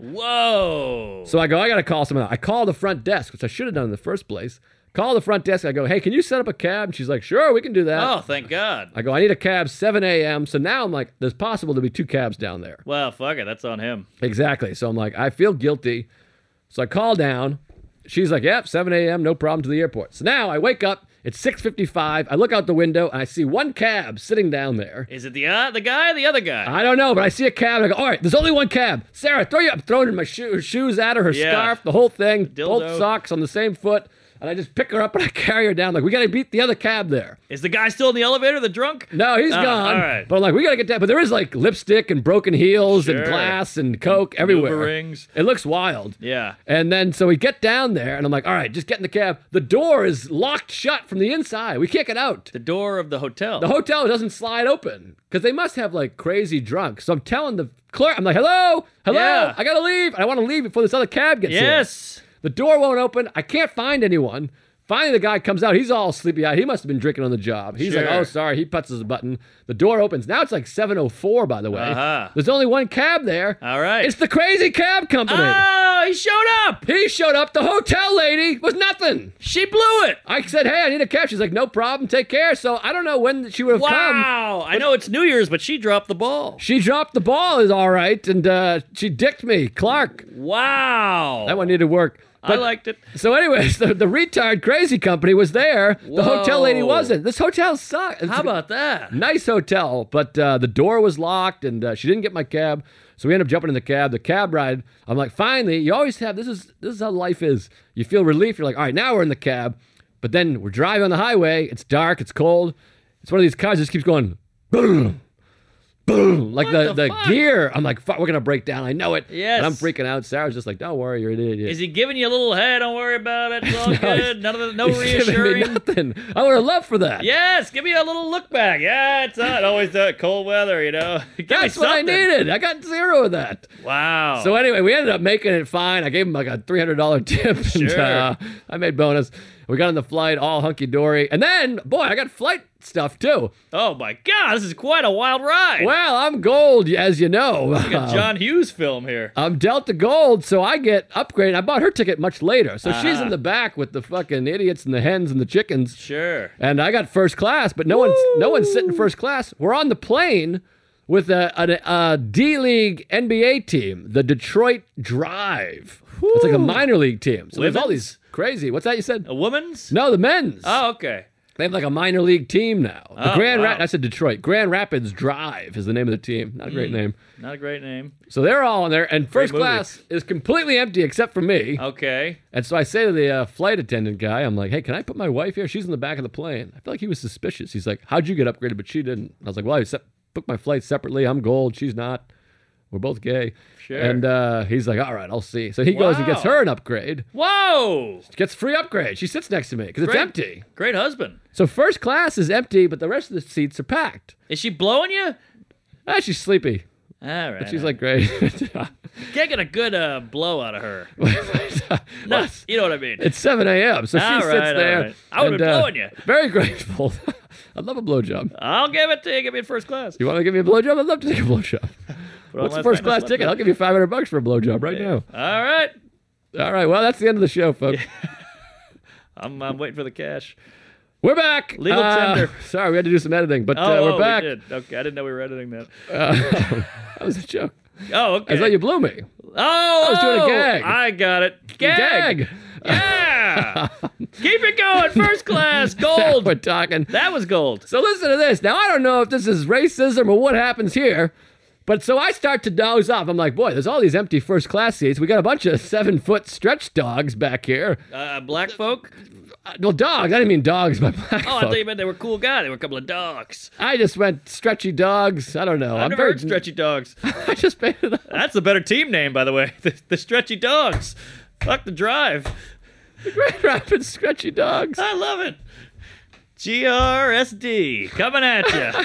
Speaker 7: Whoa.
Speaker 5: So I go, I gotta call someone. I call the front desk, which I should have done in the first place. Call the front desk. I go, Hey, can you set up a cab? And she's like, Sure, we can do that.
Speaker 7: oh, thank God.
Speaker 5: I go, I need a cab 7 a.m. So now I'm like, There's possible to be two cabs down there.
Speaker 7: Well, fuck it. That's on him.
Speaker 5: Exactly. So I'm like, I feel guilty. So I call down. She's like, yep, 7 a.m., no problem to the airport. So now I wake up. It's 6.55. I look out the window and I see one cab sitting down there.
Speaker 7: Is it the uh, the guy or the other guy?
Speaker 5: I don't know, but I see a cab. And I go, all right, there's only one cab. Sarah, throw you up. Throwing my sho- shoes at her, her
Speaker 7: Yeah.
Speaker 5: scarf, the whole thing, both
Speaker 7: Dildo.
Speaker 5: socks on the same foot. And I just pick her up and I carry her down. Like, we got to beat the other cab there.
Speaker 7: is the guy still in the elevator, the drunk?
Speaker 5: No, he's
Speaker 7: Ah,
Speaker 5: gone.
Speaker 7: all right.
Speaker 5: But I'm like, we got to get down. But there is like lipstick and broken heels and
Speaker 7: Sure.
Speaker 5: glass and coke everywhere.
Speaker 7: Uber rings.
Speaker 5: It looks wild.
Speaker 7: Yeah.
Speaker 5: And then so we get down there, and I'm like, all right, just get in the cab. The door is locked shut from the inside. We can't get out.
Speaker 7: The door of the hotel.
Speaker 5: The hotel doesn't slide open because they must have like crazy drunks. So I'm telling the clerk, I'm like, hello, hello,
Speaker 7: Yeah.
Speaker 5: I gotta leave. I want to leave before this other cab gets here.
Speaker 7: yes.
Speaker 5: The door won't open. I can't find anyone. Finally, the guy comes out. He's all sleepy eyed. He must have been drinking on the job. He's like,
Speaker 7: Sure.
Speaker 5: "Oh, sorry." He putzes a button. The door opens. Now it's like 7:04. By the way,
Speaker 7: Uh-huh.
Speaker 5: there's only one cab there.
Speaker 7: All right.
Speaker 5: It's the crazy cab company.
Speaker 7: Oh, he showed up.
Speaker 5: He showed up. The hotel lady was nothing.
Speaker 7: She blew it.
Speaker 5: I said, "Hey, I need a cab." She's like, "No problem. Take care." So I don't know when she would have come.
Speaker 7: Wow. I know it's New Year's, but she dropped the ball.
Speaker 5: She dropped the ball. Is all right, and uh, she dicked me, Clark.
Speaker 7: Wow.
Speaker 5: That one needed work.
Speaker 7: I
Speaker 5: But-
Speaker 7: liked it.
Speaker 5: So, anyways, the, the retard crazy company was there. The hotel lady
Speaker 7: Whoa.
Speaker 5: wasn't. This hotel sucks.
Speaker 7: How about that?
Speaker 5: nice hotel, but uh, the door was locked, and uh, she didn't get my cab. So we ended up jumping in the cab. The cab ride. I'm like, finally, you always have this is this is how life is. You feel relief. You're like, all right, now we're in the cab. But then we're driving on the highway. It's dark. It's cold. It's one of these cars that just keeps going. boom, like
Speaker 7: What
Speaker 5: the,
Speaker 7: the
Speaker 5: the,
Speaker 7: fuck?
Speaker 5: gear. I'm like, fuck, we're gonna break down. I know it.
Speaker 7: Yes.
Speaker 5: And I'm freaking out. Sarah's just like, don't worry, you're an idiot.
Speaker 7: Is he giving you a little hey, don't worry about it, it's all good. None of the no
Speaker 5: He's giving me
Speaker 7: reassuring.
Speaker 5: nothing. I would have loved for that.
Speaker 7: Yes, give me a little look back. Yeah, it's not always the cold weather, you know. Give me
Speaker 5: That's what I
Speaker 7: something.
Speaker 5: needed. I got zero of that.
Speaker 7: Wow.
Speaker 5: So anyway, we ended up making it fine. I gave him like a three hundred dollar tip, and
Speaker 7: Sure.
Speaker 5: uh, I made bonus. We got on the flight all hunky dory, and then boy, I got flight stuff too.
Speaker 7: oh my god, this is quite a wild ride.
Speaker 5: Well, I'm gold, as you know.
Speaker 7: Like a John Hughes film here.
Speaker 5: I'm Delta Gold, so I get upgraded. I bought her ticket much later, so she's in the back with the fucking idiots and the hens and the chickens.
Speaker 7: Sure.
Speaker 5: and I got first class, but no one's no one's sitting first class. We're on the plane with a, a, a D League NBA team, the Detroit Drive. It's like a minor league team. So there's all
Speaker 7: Women's?
Speaker 5: these crazy. What's that you said?
Speaker 7: A woman's?
Speaker 5: No, the men's.
Speaker 7: Oh, okay.
Speaker 5: They have like a minor league team now. The
Speaker 7: Oh,
Speaker 5: Grand Ra-
Speaker 7: wow.
Speaker 5: I said Detroit. Grand Rapids Drive is the name of the team. Not a great name.
Speaker 7: Not a great name.
Speaker 5: So they're all in there, and first
Speaker 7: Hmm. movie.
Speaker 5: class is completely empty except for me.
Speaker 7: Okay.
Speaker 5: And so I say to the uh, flight attendant guy, I'm like, hey, can I put my wife here? She's in the back of the plane. I feel like he was suspicious. He's like, how'd you get upgraded? But she didn't. I was like, well, I se- booked my flight separately. I'm gold. She's not. We're both gay.
Speaker 7: Sure.
Speaker 5: And uh, he's like, all right, I'll see. So he goes and gets
Speaker 7: Wow.
Speaker 5: her an upgrade,
Speaker 7: Whoa!
Speaker 5: gets free upgrade. She sits next to me because it's
Speaker 7: Great-
Speaker 5: empty.
Speaker 7: Great husband.
Speaker 5: So first class is empty, but the rest of the seats are packed.
Speaker 7: Is she blowing you?
Speaker 5: Ah, she's sleepy.
Speaker 7: All right.
Speaker 5: She's like, great.
Speaker 7: can't get a good uh, blow out of her. No,
Speaker 5: What?
Speaker 7: you know what I mean.
Speaker 5: It's 7 a.m. So she
Speaker 7: All
Speaker 5: sits
Speaker 7: right, all
Speaker 5: there.
Speaker 7: right. I would've
Speaker 5: and,
Speaker 7: been
Speaker 5: uh,
Speaker 7: blowing you. Uh,
Speaker 5: Very grateful. I'd love a blowjob.
Speaker 7: I'll give it to you. Give me a first class.
Speaker 5: You want to give me a blowjob? I'd love to take a blowjob.
Speaker 7: Put on
Speaker 5: What's the
Speaker 7: last
Speaker 5: first
Speaker 7: night.
Speaker 5: class ticket? I'll give you 500 bucks for a blowjob right now.
Speaker 7: All right.
Speaker 5: All right. Well, that's the end of the show, folks.
Speaker 7: I'm, I'm waiting for the cash.
Speaker 5: We're back. Uh,
Speaker 7: Legal tender.
Speaker 5: Sorry, we had to do some editing, but
Speaker 7: Oh,
Speaker 5: uh, we're
Speaker 7: oh,
Speaker 5: back.
Speaker 7: We did. Okay, I didn't know we were editing that.
Speaker 5: That was a joke.
Speaker 7: Oh, okay.
Speaker 5: I thought you blew me.
Speaker 7: oh,
Speaker 5: was doing a
Speaker 7: oh,
Speaker 5: gag.
Speaker 7: I got it. Gag.
Speaker 5: Gag.
Speaker 7: Yeah. Keep it going. First class. Gold.
Speaker 5: We're talking.
Speaker 7: that was gold.
Speaker 5: So listen to this. Now I don't know if this is racism or what happens here, but so I start to doze off. I'm like, boy, there's all these empty first class seats. We got a bunch of seven foot stretch dogs back here.
Speaker 7: Uh, black folk.
Speaker 5: Uh, well, dogs. I didn't mean dogs, but black
Speaker 7: Oh, I
Speaker 5: folk.
Speaker 7: thought you meant they were cool guys. They were a couple of dogs.
Speaker 5: I just went stretchy dogs. I don't know.
Speaker 7: I've
Speaker 5: am
Speaker 7: never heard stretchy dogs.
Speaker 5: I just made it up.
Speaker 7: That's the better team name, by the way. The, the stretchy dogs. Fuck the drive.
Speaker 5: Grand Rapids Stretchy Dogs.
Speaker 7: I love it. GRSD coming at you.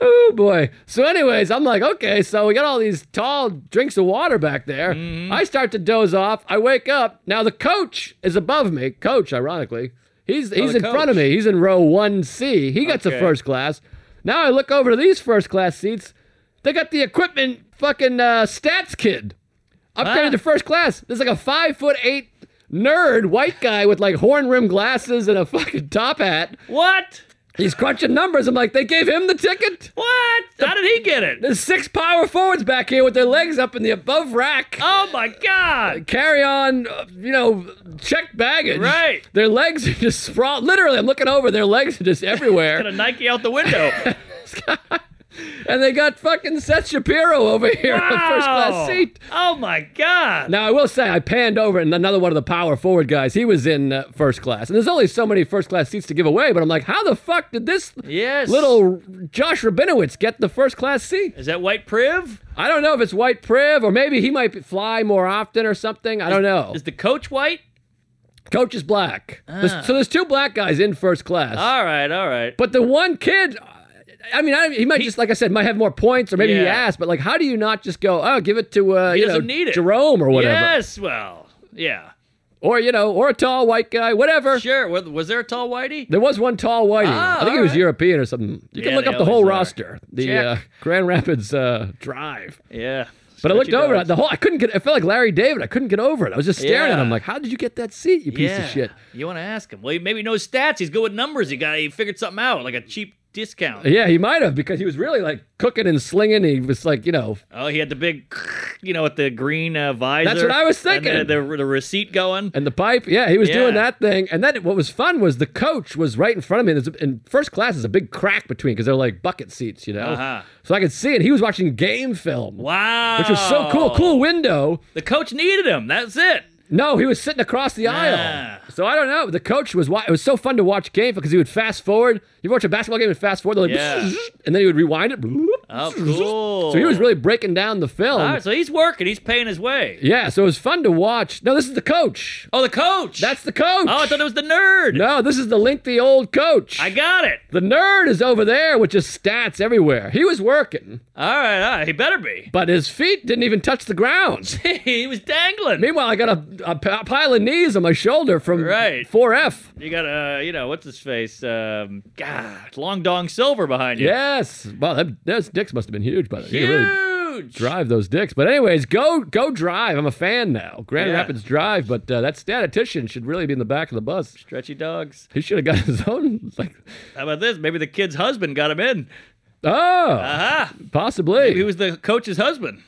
Speaker 5: Oh boy. So, anyways, I'm like, okay, so we got all these tall drinks of water back there.
Speaker 7: Mm-hmm.
Speaker 5: I start to doze off. I wake up. Now the coach is above me. Coach, ironically, he's he's
Speaker 7: Oh, the
Speaker 5: in front of
Speaker 7: coach.
Speaker 5: me. He's in row one C. He gets
Speaker 7: Okay.
Speaker 5: a first class. Now I look over to these first class seats. They got the equipment fucking uh, stats kid. upgraded
Speaker 7: Ah.
Speaker 5: to first class. There's like a five foot eight nerd white guy with like horn rimmed glasses and a fucking top hat.
Speaker 7: what?
Speaker 5: He's crunching numbers. I'm like, they gave him the ticket.
Speaker 7: What? How did he get it?
Speaker 5: There's six power forwards back here with their legs up in the above rack.
Speaker 7: Oh my god.
Speaker 5: Carry on, uh, you know, checked baggage.
Speaker 7: Right.
Speaker 5: Their legs are just sprawled. Literally, I'm looking over. Their legs are just
Speaker 7: Got a
Speaker 5: everywhere.
Speaker 7: Nike out the window.
Speaker 5: and they got fucking Seth Shapiro over here in the first
Speaker 7: Wow.
Speaker 5: class seat.
Speaker 7: Oh my god.
Speaker 5: Now, I will say, I panned over, and another one of the power forward guys, he was in uh, first class. And there's only so many first class seats to give away, but I'm like, how the fuck did this
Speaker 7: Yes.
Speaker 5: little Josh Rabinowitz get the first class seat?
Speaker 7: Is that white priv?
Speaker 5: I don't know if it's white priv or maybe he might fly more often or something. I don't know.
Speaker 7: Is the coach white?
Speaker 5: Coach is black.
Speaker 7: Ah.
Speaker 5: There's- so there's two black guys in first class.
Speaker 7: All right, all right.
Speaker 5: but the one kid, I mean, I, he might just, like I said, might have more points or maybe he
Speaker 7: Yeah.
Speaker 5: asked, but like, how do you not just go, oh, give it to, uh,
Speaker 7: He
Speaker 5: you know,
Speaker 7: doesn't need it.
Speaker 5: Jerome or whatever?
Speaker 7: Yes, well. Yeah.
Speaker 5: Or, you know, or a tall white guy, whatever.
Speaker 7: Sure. Was, was there a tall whitey?
Speaker 5: There was one tall whitey.
Speaker 7: Ah,
Speaker 5: I think he
Speaker 7: all
Speaker 5: was
Speaker 7: right.
Speaker 5: European or something. You
Speaker 7: Yeah,
Speaker 5: can look
Speaker 7: they
Speaker 5: up the whole
Speaker 7: always are.
Speaker 5: roster, the
Speaker 7: Check.
Speaker 5: uh, Grand Rapids uh, Drive.
Speaker 7: Yeah.
Speaker 5: But I looked
Speaker 7: Stretchy
Speaker 5: over
Speaker 7: dogs.
Speaker 5: at the whole. I couldn't get. It felt like Larry David. I couldn't get over it. I was just staring at
Speaker 7: Yeah.
Speaker 5: him like, "How did you get that seat, you piece
Speaker 7: yeah.
Speaker 5: of shit?"
Speaker 7: You want to ask him? Well, he maybe knows stats. He's good with numbers. He got. He figured something out, like a cheap discount.
Speaker 5: Yeah, he might have because he was really like cooking and slinging. He was like, you know,
Speaker 7: Oh, he had the big, you know, with the green uh, visor.
Speaker 5: That's what I was
Speaker 7: and the-
Speaker 5: thinking.
Speaker 7: the, the, receipt going.
Speaker 5: and the pipe. Yeah, he was doing
Speaker 7: Yeah.
Speaker 5: that thing. And then what was fun was the coach was right in front of me. And, there's- and first class is a big crack between because they're like bucket seats, you know.
Speaker 7: Uh-huh.
Speaker 5: So I could see it. He was watching game film.
Speaker 7: Wow.
Speaker 5: Which was so cool. Cool window.
Speaker 7: The coach needed him. That's it.
Speaker 5: No, he was sitting across the
Speaker 7: Ah.
Speaker 5: aisle. So I don't know. The coach was. wa- It was so fun to watch game because he would fast forward. You watch a basketball game and fast forward, they're like,
Speaker 7: Yeah.
Speaker 5: and then he would rewind it, bloop,
Speaker 7: Oh, cool.
Speaker 5: So he was really breaking down the film.
Speaker 7: All right, so he's working. He's paying his way.
Speaker 5: yeah, so it was fun to watch. No, this is the coach.
Speaker 7: Oh, the coach.
Speaker 5: That's the coach.
Speaker 7: Oh, I thought it was the nerd.
Speaker 5: No, this is the lengthy old coach.
Speaker 7: I got it.
Speaker 5: the nerd is over there with just stats everywhere. He was working,
Speaker 7: All right, all right. He better be.
Speaker 5: but his feet didn't even touch the ground.
Speaker 7: he was dangling.
Speaker 5: Meanwhile, I got a, a p- pile of knees on my shoulder from
Speaker 7: Right.
Speaker 5: 4F.
Speaker 7: You got uh, you know, what's his face? Um, God, Long Dong Silver behind you.
Speaker 5: Yes. Wow, that, those dicks must have been huge, by the way. You really
Speaker 7: Huge.
Speaker 5: drive those dicks. But anyways, go go drive. I'm a fan now. Grand
Speaker 7: Yeah.
Speaker 5: Rapids Drive, but uh, that statistician should really be in the back of the bus.
Speaker 7: Stretchy dogs.
Speaker 5: He should have got his own. Like,
Speaker 7: How about this? Maybe the kid's husband got him in.
Speaker 5: oh,
Speaker 7: Aha.
Speaker 5: possibly
Speaker 7: He was the coach's husband.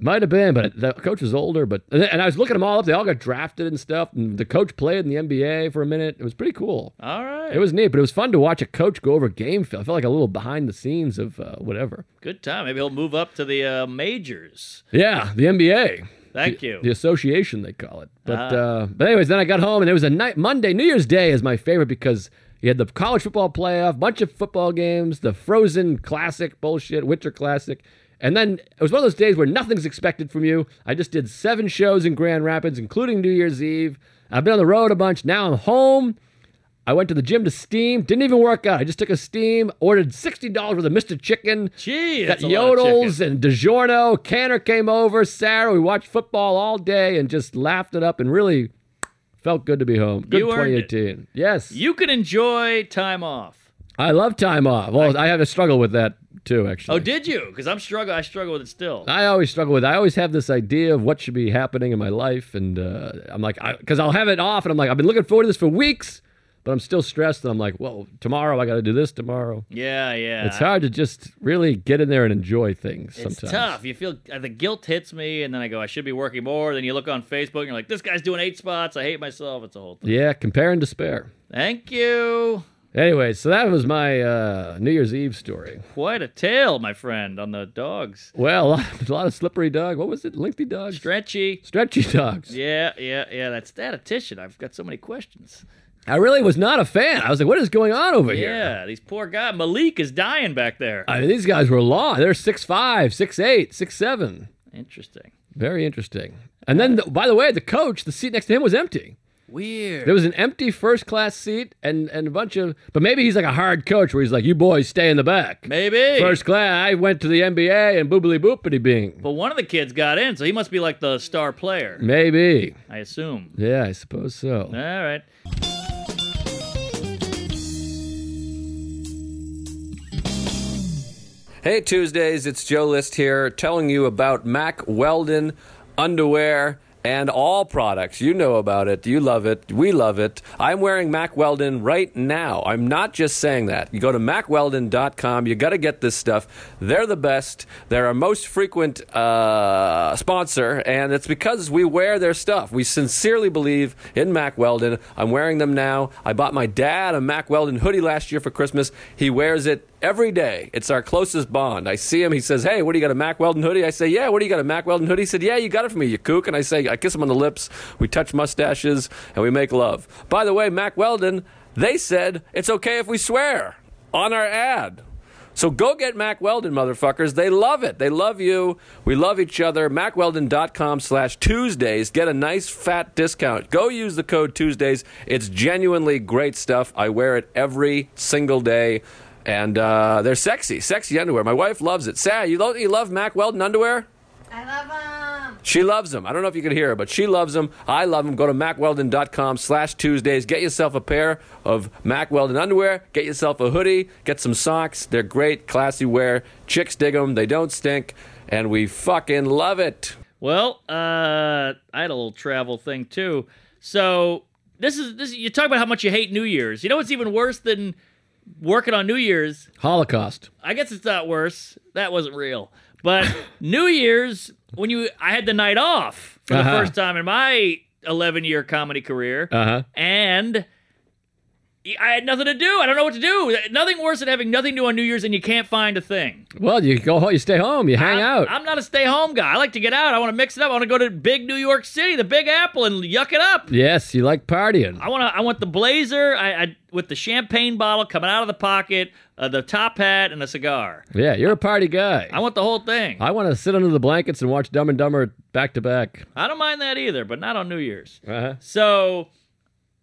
Speaker 5: might have been, but the coach was older. But and, and I was looking them all up. They all got drafted and stuff. And the coach played in the NBA for a minute. It was pretty cool.
Speaker 7: All right.
Speaker 5: It was neat, but it was fun to watch a coach go over game film. I felt like a little behind the scenes of uh, whatever.
Speaker 7: Good time. Maybe he'll move up to the uh, majors.
Speaker 5: Yeah, the NBA.
Speaker 7: Thank
Speaker 5: the,
Speaker 7: you.
Speaker 5: The association they call it. But uh, but anyways, then I got home and it was a night Monday, New Year's Day is my favorite because you had the college football playoff, bunch of football games, the Frozen Classic bullshit, Winter Classic. And then it was one of those days where nothing's expected from you. I just did seven shows in Grand Rapids, including New Year's Eve. I've been on the road a bunch. Now I'm home. I went to the gym to steam. Didn't even work out. I just took a steam, ordered $60 worth of Mr. Chicken.
Speaker 7: Gee,
Speaker 5: Got
Speaker 7: that's a lot of chicken.
Speaker 5: yodels and DiGiorno. Canner came over. Sarah, we watched football all day and just laughed it up and really felt good to be home. Good
Speaker 7: You earned it.
Speaker 5: 2018. Yes.
Speaker 7: You can enjoy time off.
Speaker 5: I love time off. Well, I, have a struggle with that too, actually.
Speaker 7: Oh, did you? Because I'm struggle. I struggle with it still.
Speaker 5: I always struggle with. I always have this idea of what should be happening in my life, and uh, I'm like, because I'll have it off, and I'm like, I've been looking forward to this for weeks, but I'm still stressed, and I'm like, well, tomorrow I got to do this tomorrow.
Speaker 7: yeah, yeah.
Speaker 5: It's hard to just really get in there and enjoy things.
Speaker 7: Ah. It's
Speaker 5: sometimes.
Speaker 7: tough. You feel uh, the guilt hits me, and then I go, I should be working more. Then you look on Facebook, and you're like, this guy's doing eight spots. I hate myself. It's a whole thing.
Speaker 5: Yeah, compare and despair.
Speaker 7: Thank you.
Speaker 5: Anyway, so that was my uh, New Year's Eve story.
Speaker 7: Quite a tale, my friend, on the dogs.
Speaker 5: Well, a lot of, a lot of slippery dog. What was it? Lengthy dogs?
Speaker 7: Stretchy.
Speaker 5: Stretchy dogs.
Speaker 7: Yeah, yeah, yeah. That statistician. I've got so many questions.
Speaker 5: I really was not a fan. I was like, what is going on over here?
Speaker 7: Yeah, these poor guy Malik is dying back there.
Speaker 5: I mean, these guys were long. They're six five, six eight, six seven.
Speaker 7: Interesting.
Speaker 5: Very interesting. And then, the, by the way, the coach, the seat next to him was empty.
Speaker 7: Weird.
Speaker 5: There was an empty first class seat and, and a bunch of, but maybe he's like a hard coach where he's like, you boys stay in the back.
Speaker 7: Maybe.
Speaker 5: First class, I went to the NBA and boobily boopity bing.
Speaker 7: But one of the kids got in, so he must be like the star player.
Speaker 5: Maybe.
Speaker 7: I assume.
Speaker 5: Yeah, I suppose so.
Speaker 7: All right.
Speaker 8: Hey Tuesdays, it's Joe List here telling you about Mac Weldon underwear and all products. You know about it. You love it. We love it. I'm wearing Mac Weldon right now. I'm not just saying that. You go to macweldon.com. You got to get this stuff. They're the best. They're our most frequent uh, sponsor, and it's because we wear their stuff. We sincerely believe in Mac Weldon. I'm wearing them now. I bought my dad a Mac Weldon hoodie last year for Christmas. He wears it every day. It's our closest bond. I see him. He says, "Hey, what do you got a Mac Weldon hoodie?" I say, "Yeah, what do you got a Mac Weldon hoodie?" He said, "Yeah, you got it for me, you kook." And I say, I kiss him on the lips. We touch mustaches and we make love. By the way, Mac Weldon, they said it's okay if we swear on our ad. So go get Mac Weldon, motherfuckers. They love it. They love you. We love each other. MacWeldon.com slash Tuesdays. Get a nice fat discount. Go use the code Tuesdays. It's genuinely great stuff. I wear it every single day. And uh, they're sexy, sexy underwear. My wife loves it. Sarah, you, lo- you love Mac Weldon underwear?
Speaker 9: I love them.
Speaker 8: She loves them. I don't know if you could hear her, but she loves them. I love them. Go to macweldon.com slash Tuesdays. Get yourself a pair of Mac Weldon underwear. Get yourself a hoodie. Get some socks. They're great, classy wear. Chicks dig them. They don't stink. And we fucking love it.
Speaker 7: Well, uh, I had a little travel thing too. So this is this. You talk about how much you hate New Year's. You know what's even worse than working on New Year's?
Speaker 5: Holocaust.
Speaker 7: I guess it's not worse. That wasn't real. But New Year's, when you, I had the night off for
Speaker 5: Uh-huh.
Speaker 7: the first time in my 11 year comedy career,
Speaker 5: Uh huh.
Speaker 7: and I had nothing to do. I don't know what to do. Nothing worse than having nothing to do on New Year's and you can't find a thing.
Speaker 5: Well, you go home, you stay home, you hang
Speaker 7: I'm,
Speaker 5: out.
Speaker 7: I'm not a stay home guy. I like to get out. I want to mix it up. I want to go to big New York City, the Big Apple, and yuck it up.
Speaker 5: yes, you like partying.
Speaker 7: I want to. I want the blazer. I, I with the champagne bottle coming out of the pocket, uh, the top hat, and a cigar.
Speaker 5: yeah, you're a party guy.
Speaker 7: I want the whole thing.
Speaker 5: I want to sit under the blankets and watch Dumb and Dumber back to back.
Speaker 7: I don't mind that either, but not on New Year's.
Speaker 5: Uh-huh.
Speaker 7: So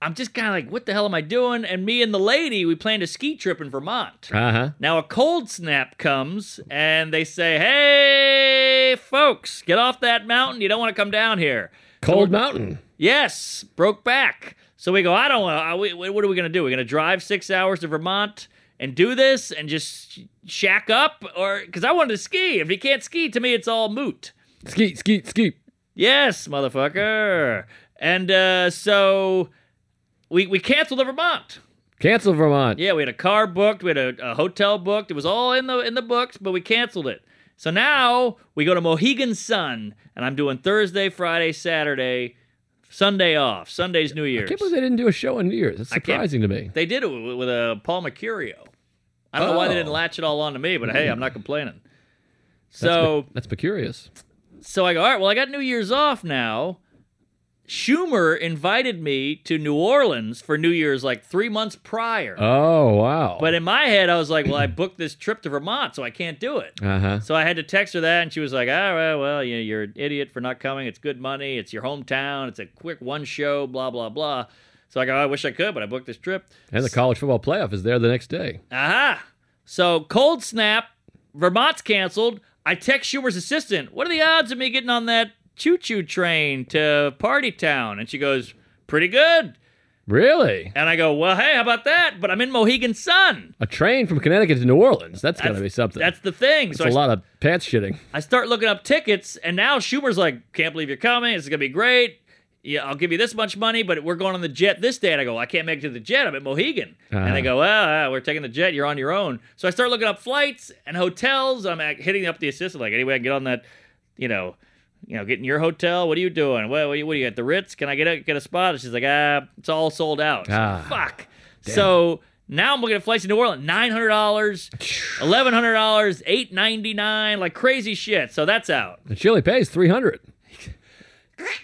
Speaker 7: I'm just kind of like, what the hell am I doing? And me and the lady, we planned a ski trip in Vermont.
Speaker 5: Uh huh.
Speaker 7: Now a cold snap comes and they say, hey, folks, get off that mountain. You don't want to come down here.
Speaker 5: Cold Mountain.
Speaker 7: Yes, broke back. So we go, I don't want to. What are we going to do? We're going to drive six hours to Vermont and do this and just sh- shack up? Or because I wanted to ski. If you can't ski, to me, it's all moot.
Speaker 5: Skeet, skeet, skeet.
Speaker 7: Yes, motherfucker. And uh, so we we canceled the Vermont.
Speaker 5: Cancel Vermont.
Speaker 7: Yeah, we had a car booked, we had a, a hotel booked. It was all in the in the books, but we canceled it. So now we go to Mohegan Sun, and I'm doing Thursday, Friday, Saturday, Sunday off. Sunday's New Year's.
Speaker 5: I can't believe they didn't do a show on New Year's. That's
Speaker 7: can't-
Speaker 5: surprising to me.
Speaker 7: They did it with, with uh, Paul Mercurio. I don't know why they
Speaker 5: Oh.
Speaker 7: didn't latch it all on to me, but hey, I'm not complaining. So
Speaker 5: That's curious.
Speaker 7: so I go, all right, well, I got New Year's off now. Schumer invited me to New Orleans for New Year's like three months prior.
Speaker 5: Oh wow.
Speaker 7: but in my head, I was like, well, I booked this trip to Vermont, so I can't do it.
Speaker 5: uh huh.
Speaker 7: So I had to text her that, and she was like, all right, well, you know, you're an idiot for not coming. It's good money. It's your hometown. It's a quick one show, blah, blah, blah. So I go, I wish I could, but I booked this trip.
Speaker 5: And the college football playoff is there the next day.
Speaker 7: Aha. So cold snap, Vermont's canceled. I text Schumer's assistant, what are the odds of me getting on that choo choo train to Party Town? And she goes, pretty good.
Speaker 5: Really?
Speaker 7: And I go, well, hey, how about that? But I'm in Mohegan Sun.
Speaker 5: A train from Connecticut to New Orleans. That's, gotta be something.
Speaker 7: That's the thing.
Speaker 5: It's
Speaker 7: so
Speaker 5: a
Speaker 7: I,
Speaker 5: lot of pants shitting.
Speaker 7: I start looking up tickets, and now Schumer's like, can't believe you're coming. It's going to be great. Yeah, I'll give you this much money, but we're going on the jet this day. And I go, I can't make it to the jet. I'm at Mohegan. And they go, well, uh, we're taking the jet. You're on your own. So I start looking up flights and hotels. I'm like, hitting up the assistant, like, anyway, I can get on that, you know, you know, getting your hotel. What are you doing? What, what, do you- what do you at the Ritz? Can I get a, get a spot? And she's like, ah, it's all sold out. So,
Speaker 5: Ah,
Speaker 7: Fuck. So now I'm looking at flights to New Orleans, nine hundred dollars, eleven hundred dollars, eight ninety nine, like crazy shit. So that's out.
Speaker 5: The chili pays three hundred.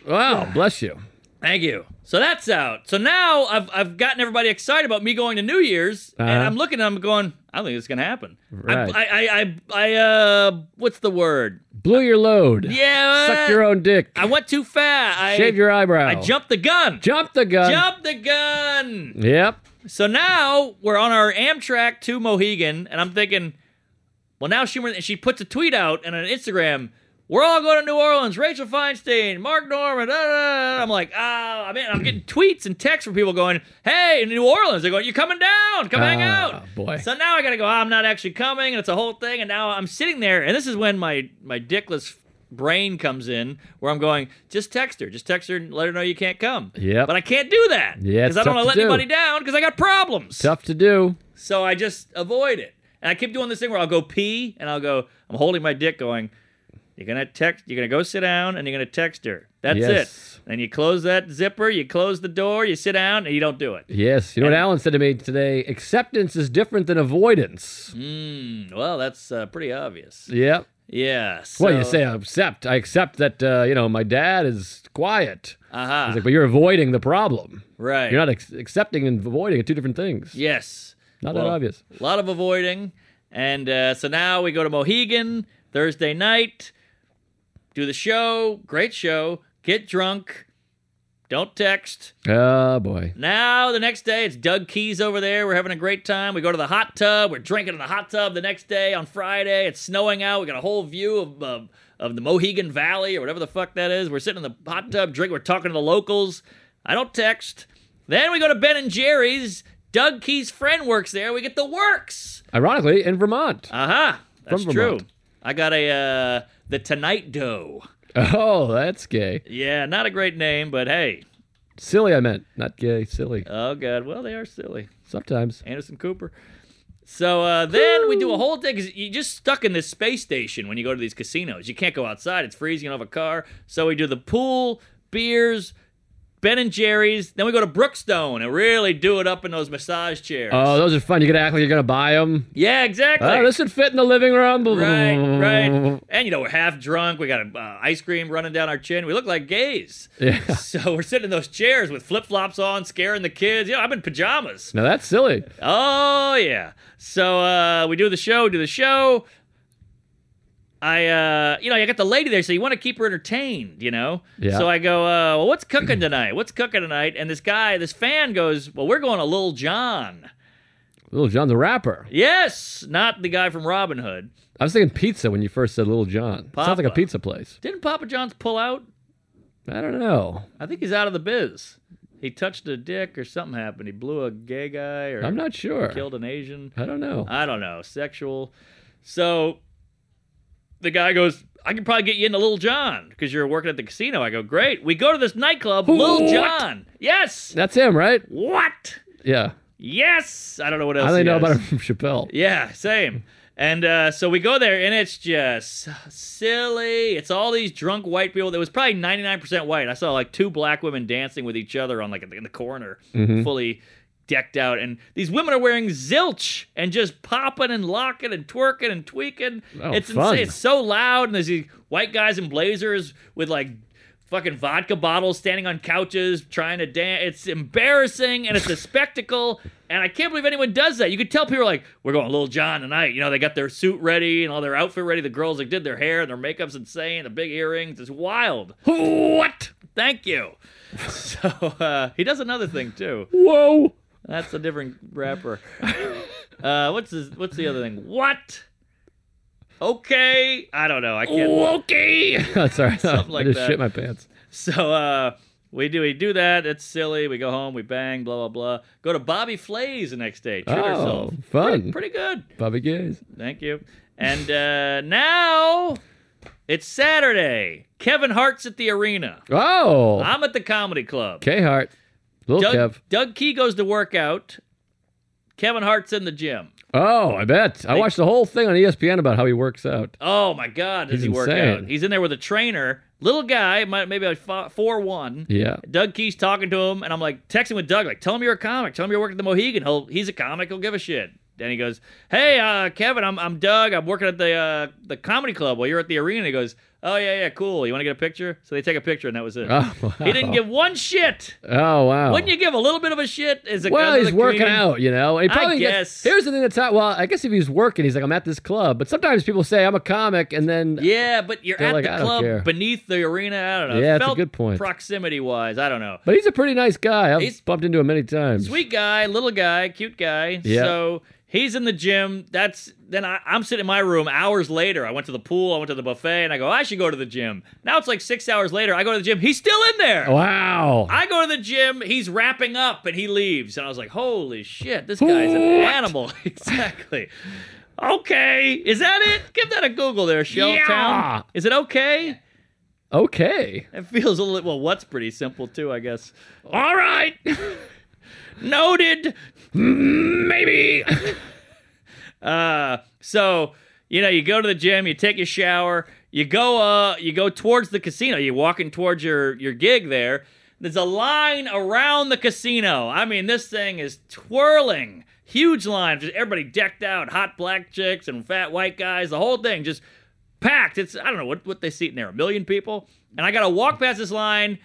Speaker 5: Wow, bless you.
Speaker 7: Thank you. So that's out. So now I've I've gotten everybody excited about me going to New Year's, and
Speaker 5: Uh-huh.
Speaker 7: I'm looking and I'm going, I don't think it's gonna happen.
Speaker 5: Right.
Speaker 7: I, I I I I uh, what's the word?
Speaker 5: Blew your load.
Speaker 7: Yeah.
Speaker 5: Suck your own dick.
Speaker 7: I went too fast. I,
Speaker 5: Shave your eyebrow.
Speaker 7: I jumped the gun.
Speaker 5: Jump the gun.
Speaker 7: Jump the gun.
Speaker 5: Yep.
Speaker 7: So now we're on our Amtrak to Mohegan, and I'm thinking, well, now Schumer, and she puts a tweet out and an Instagram. We're all going to New Orleans. Rachel Feinstein, Mark Norman. Da, da, da, da." I'm like, ah, I mean, I'm getting tweets and texts from people going, "Hey, in New Orleans, they're going, you're coming down, come hang
Speaker 5: Oh,
Speaker 7: out."
Speaker 5: boy.
Speaker 7: So now I gotta go. "Ah, I'm not actually coming, and it's a whole thing. And now I'm sitting there, and this is when my my dickless brain comes in, where I'm going, just text her, just text her, and let her know you can't come.
Speaker 5: Yep.
Speaker 7: But I can't do that.
Speaker 5: Yeah, it's
Speaker 7: Because I
Speaker 5: tough
Speaker 7: don't want
Speaker 5: to
Speaker 7: to let
Speaker 5: do.
Speaker 7: anybody down because I got problems.
Speaker 5: Tough to do.
Speaker 7: So I just avoid it. And I keep doing this thing where I'll go pee and I'll go, I'm holding my dick going, you're going to text, you're going to go sit down and you're going to text her. That's
Speaker 5: Yes.
Speaker 7: it. And you close that zipper, you close the door, you sit down and you don't do it.
Speaker 5: Yes. You know what
Speaker 7: And-
Speaker 5: Alan said to me today? Acceptance is different than avoidance.
Speaker 7: Mm, well, that's uh, pretty obvious.
Speaker 5: Yep.
Speaker 7: Yeah.
Speaker 5: Well, you
Speaker 7: so-
Speaker 5: say I accept. I accept that uh, you know my dad is quiet.
Speaker 7: Uh-huh.
Speaker 5: He's like, but you're avoiding the problem.
Speaker 7: right.
Speaker 5: You're not ex- accepting and avoiding are two different things.
Speaker 7: Yes.
Speaker 5: Not that obvious.
Speaker 7: A lot of avoiding. And uh, so now we go to Mohegan Thursday night, do the show, great show, get drunk, don't text.
Speaker 5: Oh boy.
Speaker 7: Now the next day, it's Doug Keys over there. We're having a great time. We go to the hot tub. We're drinking in the hot tub the next day on Friday. It's snowing out. We got a whole view of of, of the Mohegan Valley or whatever the fuck that is. We're sitting in the hot tub, drinking. We're talking to the locals. I don't text. Then we go to Ben and Jerry's. Doug Keys' friend works there. We get the works.
Speaker 5: Ironically, in Vermont.
Speaker 7: Aha, that's
Speaker 5: From
Speaker 7: true.
Speaker 5: Vermont.
Speaker 7: I got a uh, the Tonight Dough.
Speaker 5: Oh, that's gay.
Speaker 7: Yeah, not a great name, but hey,
Speaker 5: Silly, I meant not gay. Silly.
Speaker 7: oh god, well they are silly.
Speaker 5: Sometimes.
Speaker 7: Anderson Cooper. So uh, then we do a whole thing because you're just stuck in this space station when you go to these casinos. You can't go outside; it's freezing. You don't have a car. So we do the pool, beers, Ben and Jerry's. Then we go to Brookstone and really do it up in those massage chairs.
Speaker 5: Oh, those are fun. You're gonna act like you're gonna buy them.
Speaker 7: yeah, exactly.
Speaker 5: Oh, this would fit in the living room.
Speaker 7: right, right. And you know we're half drunk. We got uh, ice cream running down our chin. We look like gays.
Speaker 5: Yeah.
Speaker 7: So we're sitting in those chairs with flip flops on, scaring the kids. You know, I'm in pajamas.
Speaker 5: Now that's silly.
Speaker 7: Oh yeah. So uh, we do the show, do the show. I, uh, you know, I got the lady there, so you want to keep her entertained, you know.
Speaker 5: Yeah.
Speaker 7: So I go, uh, well, what's cooking tonight? What's cooking tonight? And this guy, this fan goes, well, we're going to Little John.
Speaker 5: Little John the rapper.
Speaker 7: Yes, not the guy from Robin Hood.
Speaker 5: I was thinking pizza when you first said Little John. Sounds like a
Speaker 7: Papa.
Speaker 5: pizza place.
Speaker 7: Didn't Papa John's pull out?
Speaker 5: I don't know.
Speaker 7: I think he's out of the biz. He touched a dick or something happened. He blew a gay guy or
Speaker 5: I'm not sure.
Speaker 7: killed an Asian.
Speaker 5: I don't know.
Speaker 7: I don't know, sexual. So the guy goes, I can probably get you into Little John because you're working at the casino. I go, great. We go to this nightclub, Little
Speaker 5: What?
Speaker 7: John. Yes.
Speaker 5: That's him, right?
Speaker 7: What?
Speaker 5: Yeah.
Speaker 7: Yes. I don't know what else.
Speaker 5: I only
Speaker 7: he
Speaker 5: know
Speaker 7: has.
Speaker 5: about him from Chappelle.
Speaker 7: Yeah, same. And uh, so we go there, and it's just silly. It's all these drunk white people. That was probably ninety nine percent white. I saw like two black women dancing with each other on like in the corner, fully decked out. And these women are wearing zilch and just popping and locking and twerking and tweaking.
Speaker 5: Oh,
Speaker 7: it's
Speaker 5: fun.
Speaker 7: insane. It's so loud. And there's these white guys in blazers with like fucking vodka bottles standing on couches trying to dance. It's embarrassing and it's a spectacle. And I can't believe anyone does that. You could tell people are like, we're going Little John tonight. You know, they got their suit ready and all their outfit ready. The girls like did their hair and their makeup's insane. The big earrings. It's wild. What? Thank you. So uh, he does another thing too.
Speaker 5: Whoa.
Speaker 7: That's a different rapper. Uh, what's his, what's the other thing? What? Okay, I don't know. I can't.
Speaker 5: Okay. That's all right.
Speaker 7: Something
Speaker 5: I
Speaker 7: like
Speaker 5: just
Speaker 7: that.
Speaker 5: shit my pants.
Speaker 7: So uh, we do we do that. It's silly. We go home. We bang. Blah blah blah. Go to Bobby Flay's the next day. Treat
Speaker 5: Oh,
Speaker 7: ourselves.
Speaker 5: fun.
Speaker 7: Pretty, pretty good.
Speaker 5: Bobby Gays.
Speaker 7: Thank you. And uh, now it's Saturday. Kevin Hart's at the arena.
Speaker 5: Oh.
Speaker 7: I'm at the comedy club.
Speaker 5: K Hart. Little
Speaker 7: Doug,
Speaker 5: Kev.
Speaker 7: Doug Key goes to work out. Kevin Hart's in the gym.
Speaker 5: Oh, I bet. I watched the whole thing on E ESPN about how he works out.
Speaker 7: Oh my God, does
Speaker 5: He's
Speaker 7: he work
Speaker 5: insane.
Speaker 7: out? He's in there with a trainer, little guy, might maybe like four one.
Speaker 5: Yeah.
Speaker 7: Doug Key's talking to him, and I'm like texting with Doug, like, tell him you're a comic, tell him you're working at the Mohegan. He'll he's a comic, he'll give a shit. And he goes, hey, uh, Kevin, I'm I'm Doug. I'm working at the uh, the comedy club while you're at the arena. He goes, oh yeah yeah cool. You want to get a picture? So they take a picture, and that was it.
Speaker 5: Oh, wow.
Speaker 7: He didn't give one shit.
Speaker 5: Oh wow.
Speaker 7: Wouldn't you give a little bit of a shit? As a
Speaker 5: well,
Speaker 7: as a
Speaker 5: he's working
Speaker 7: comedian?
Speaker 5: out, you know. He
Speaker 7: I
Speaker 5: probably
Speaker 7: guess.
Speaker 5: Gets, here's the thing that's out. Well, I guess if he's working, he's like, I'm at this club. But sometimes people say I'm a comic, and then
Speaker 7: Yeah, but you're
Speaker 5: They're
Speaker 7: at
Speaker 5: like, "I
Speaker 7: the
Speaker 5: don't care."
Speaker 7: club beneath the arena. I don't know.
Speaker 5: Yeah,
Speaker 7: It
Speaker 5: it's a
Speaker 7: felt
Speaker 5: good point.
Speaker 7: Proximity wise, I don't know.
Speaker 5: But he's a pretty nice guy. I've
Speaker 7: He's-
Speaker 5: bumped into him many times.
Speaker 7: Sweet guy, little guy, cute guy.
Speaker 5: Yeah.
Speaker 7: So he's in the gym. That's then I, I'm sitting in my room hours later. I went to the pool, I went to the buffet, and I go, I should go to the gym. Now it's like six hours later. I go to the gym. He's still in
Speaker 5: Oh.
Speaker 7: there.
Speaker 5: Wow.
Speaker 7: I go to the gym, he's wrapping up and he leaves. And I was like, holy shit, this guy's an animal. exactly. Okay. Is that it? Give that a Google there, Shelltown.
Speaker 5: Yeah.
Speaker 7: Is it okay?
Speaker 5: okay.
Speaker 7: It feels a little well, what's pretty simple too, I guess. All right. Noted.
Speaker 5: Maybe.
Speaker 7: Uh, so you know, you go to the gym, you take your shower, you go uh, you go towards the casino. You're walking towards your your gig there. There's a line around the casino. I mean, this thing is twirling. Huge line, just everybody decked out, hot black chicks and fat white guys, the whole thing just packed. It's I don't know what what they seat in there, a million people. And I gotta walk past this line.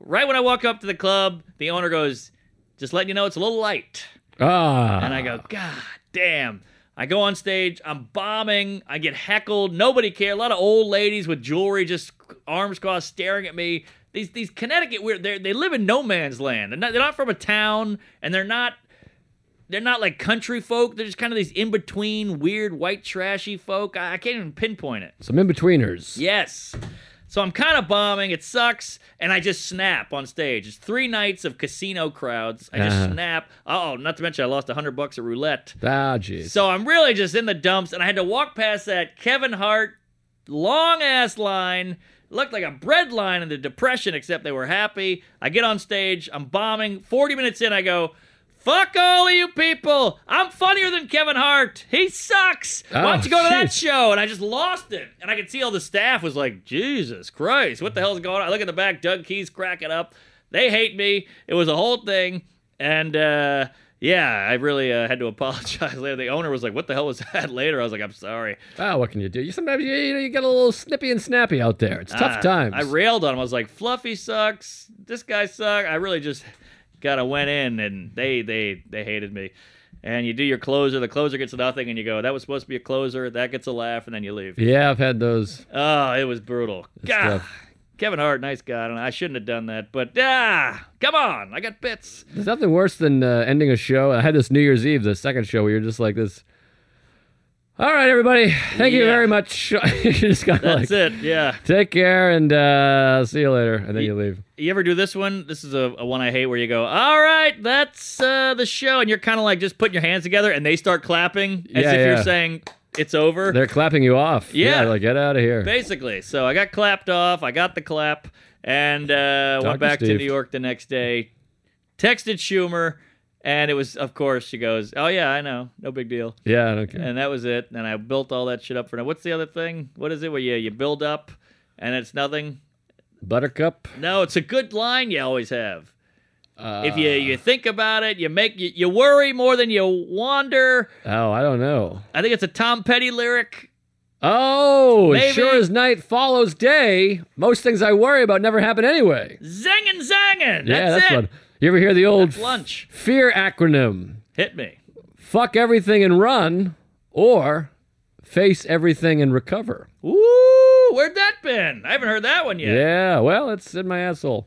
Speaker 7: Right when I walk up to the club, the owner goes, "Just letting you know, it's a little light."
Speaker 5: Ah.
Speaker 7: And I go, God damn. I go on stage, I'm bombing, I get heckled, nobody cares. A lot of old ladies with jewelry just arms crossed staring at me. These these Connecticut weird they they live in no man's land. They're not, they're not from a town and they're not they're not like country folk. They're just kind of these in between weird white trashy folk. I, I can't even pinpoint it.
Speaker 5: Some in betweeners.
Speaker 7: Yes. So I'm kind of bombing. It sucks, and I just snap on stage. It's three nights of casino crowds. I just
Speaker 5: Uh-huh.
Speaker 7: snap. Oh, not to mention I lost hundred bucks at roulette.
Speaker 5: Ah, jeez.
Speaker 7: So I'm really just in the dumps, and I had to walk past that Kevin Hart long ass line. Looked like a bread line in the depression, except they were happy. I get on stage, I'm bombing. 40 minutes in, I go, Fuck all of you people. I'm funnier than Kevin Hart. He sucks. Why
Speaker 5: Oh,
Speaker 7: don't you go to that
Speaker 5: jeez.
Speaker 7: show? And I just lost it. And I could see all the staff was like, Jesus Christ, what the hell's going on? I look at the back, Doug Key's cracking up. They hate me. It was a whole thing, and uh, yeah, I really uh, had to apologize later. The owner was like, "What the hell was that?" Later, I was like, "I'm sorry."
Speaker 5: Oh, what can you do? You sometimes you, you know you get a little snippy and snappy out there. It's tough
Speaker 7: Uh,
Speaker 5: times.
Speaker 7: I railed on him. I was like, "Fluffy sucks. This guy sucks." I really just kind of went in, and they they they hated me. And you do your closer. The closer gets nothing, and you go, "That was supposed to be a closer." That gets a laugh, and then you leave.
Speaker 5: yeah, I've had those.
Speaker 7: Oh, it was brutal. God.
Speaker 5: tough.
Speaker 7: Kevin Hart, nice guy. I, don't know, I shouldn't have done that, but ah, come on, I got bits.
Speaker 5: There's nothing worse than uh, ending a show. I had this New Year's Eve, the second show, where you're just like this. All right, everybody. Thank you
Speaker 7: Yeah.
Speaker 5: very much. you just got
Speaker 7: That's
Speaker 5: like,
Speaker 7: it. Yeah.
Speaker 5: take care and uh, see you later, and then you leave.
Speaker 7: You ever do this one? This is a, a one I hate where you go, all right, that's uh, the show, and you're kind of like just putting your hands together, and they start clapping as
Speaker 5: Yeah,
Speaker 7: if
Speaker 5: yeah.
Speaker 7: you're saying it's over.
Speaker 5: They're clapping you off.
Speaker 7: Yeah.
Speaker 5: like get out of here.
Speaker 7: Basically, so I got clapped off. I got the clap, and uh,
Speaker 5: Dr.
Speaker 7: went back to
Speaker 5: Steve.
Speaker 7: New York the next day. Texted Schumer, and it was, of course, she goes, "Oh yeah, I know, no big deal."
Speaker 5: yeah, I don't care.
Speaker 7: and that was it. And I built all that shit up for now. What's the other thing? What is it where you you build up and it's nothing?
Speaker 5: Buttercup.
Speaker 7: No, it's a good line you always have. if you
Speaker 5: Uh.
Speaker 7: you think about it, you make you, you worry more than you wander.
Speaker 5: Oh, I don't know.
Speaker 7: I think it's a Tom Petty lyric.
Speaker 5: Oh, as
Speaker 7: Maybe.
Speaker 5: sure as night follows day, most things I worry about never happen anyway.
Speaker 7: Zangin' zangin'.
Speaker 5: yeah,
Speaker 7: that's
Speaker 5: that's
Speaker 7: it.
Speaker 5: one. You ever hear the old
Speaker 7: That's lunch.
Speaker 5: fear acronym?
Speaker 7: Hit me.
Speaker 5: Fuck everything and run, or face everything and recover.
Speaker 7: Ooh, where'd that been? I haven't heard that one yet.
Speaker 5: Yeah, well, it's in my asshole.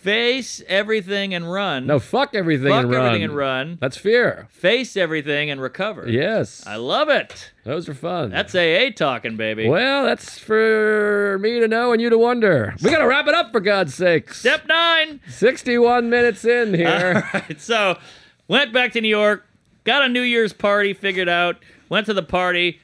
Speaker 7: Face everything and run.
Speaker 5: No, fuck everything
Speaker 7: fuck
Speaker 5: and run.
Speaker 7: everything and run.
Speaker 5: That's fear.
Speaker 7: Face everything and recover.
Speaker 5: Yes,
Speaker 7: I love it.
Speaker 5: those are fun.
Speaker 7: That's AA talking, baby.
Speaker 5: well, that's for me to know and you to wonder. We gotta wrap it up for God's sakes.
Speaker 7: Step nine.
Speaker 5: Sixty-one minutes in here.
Speaker 7: All right, so went back to New York, got a New Year's party figured out, went to the party,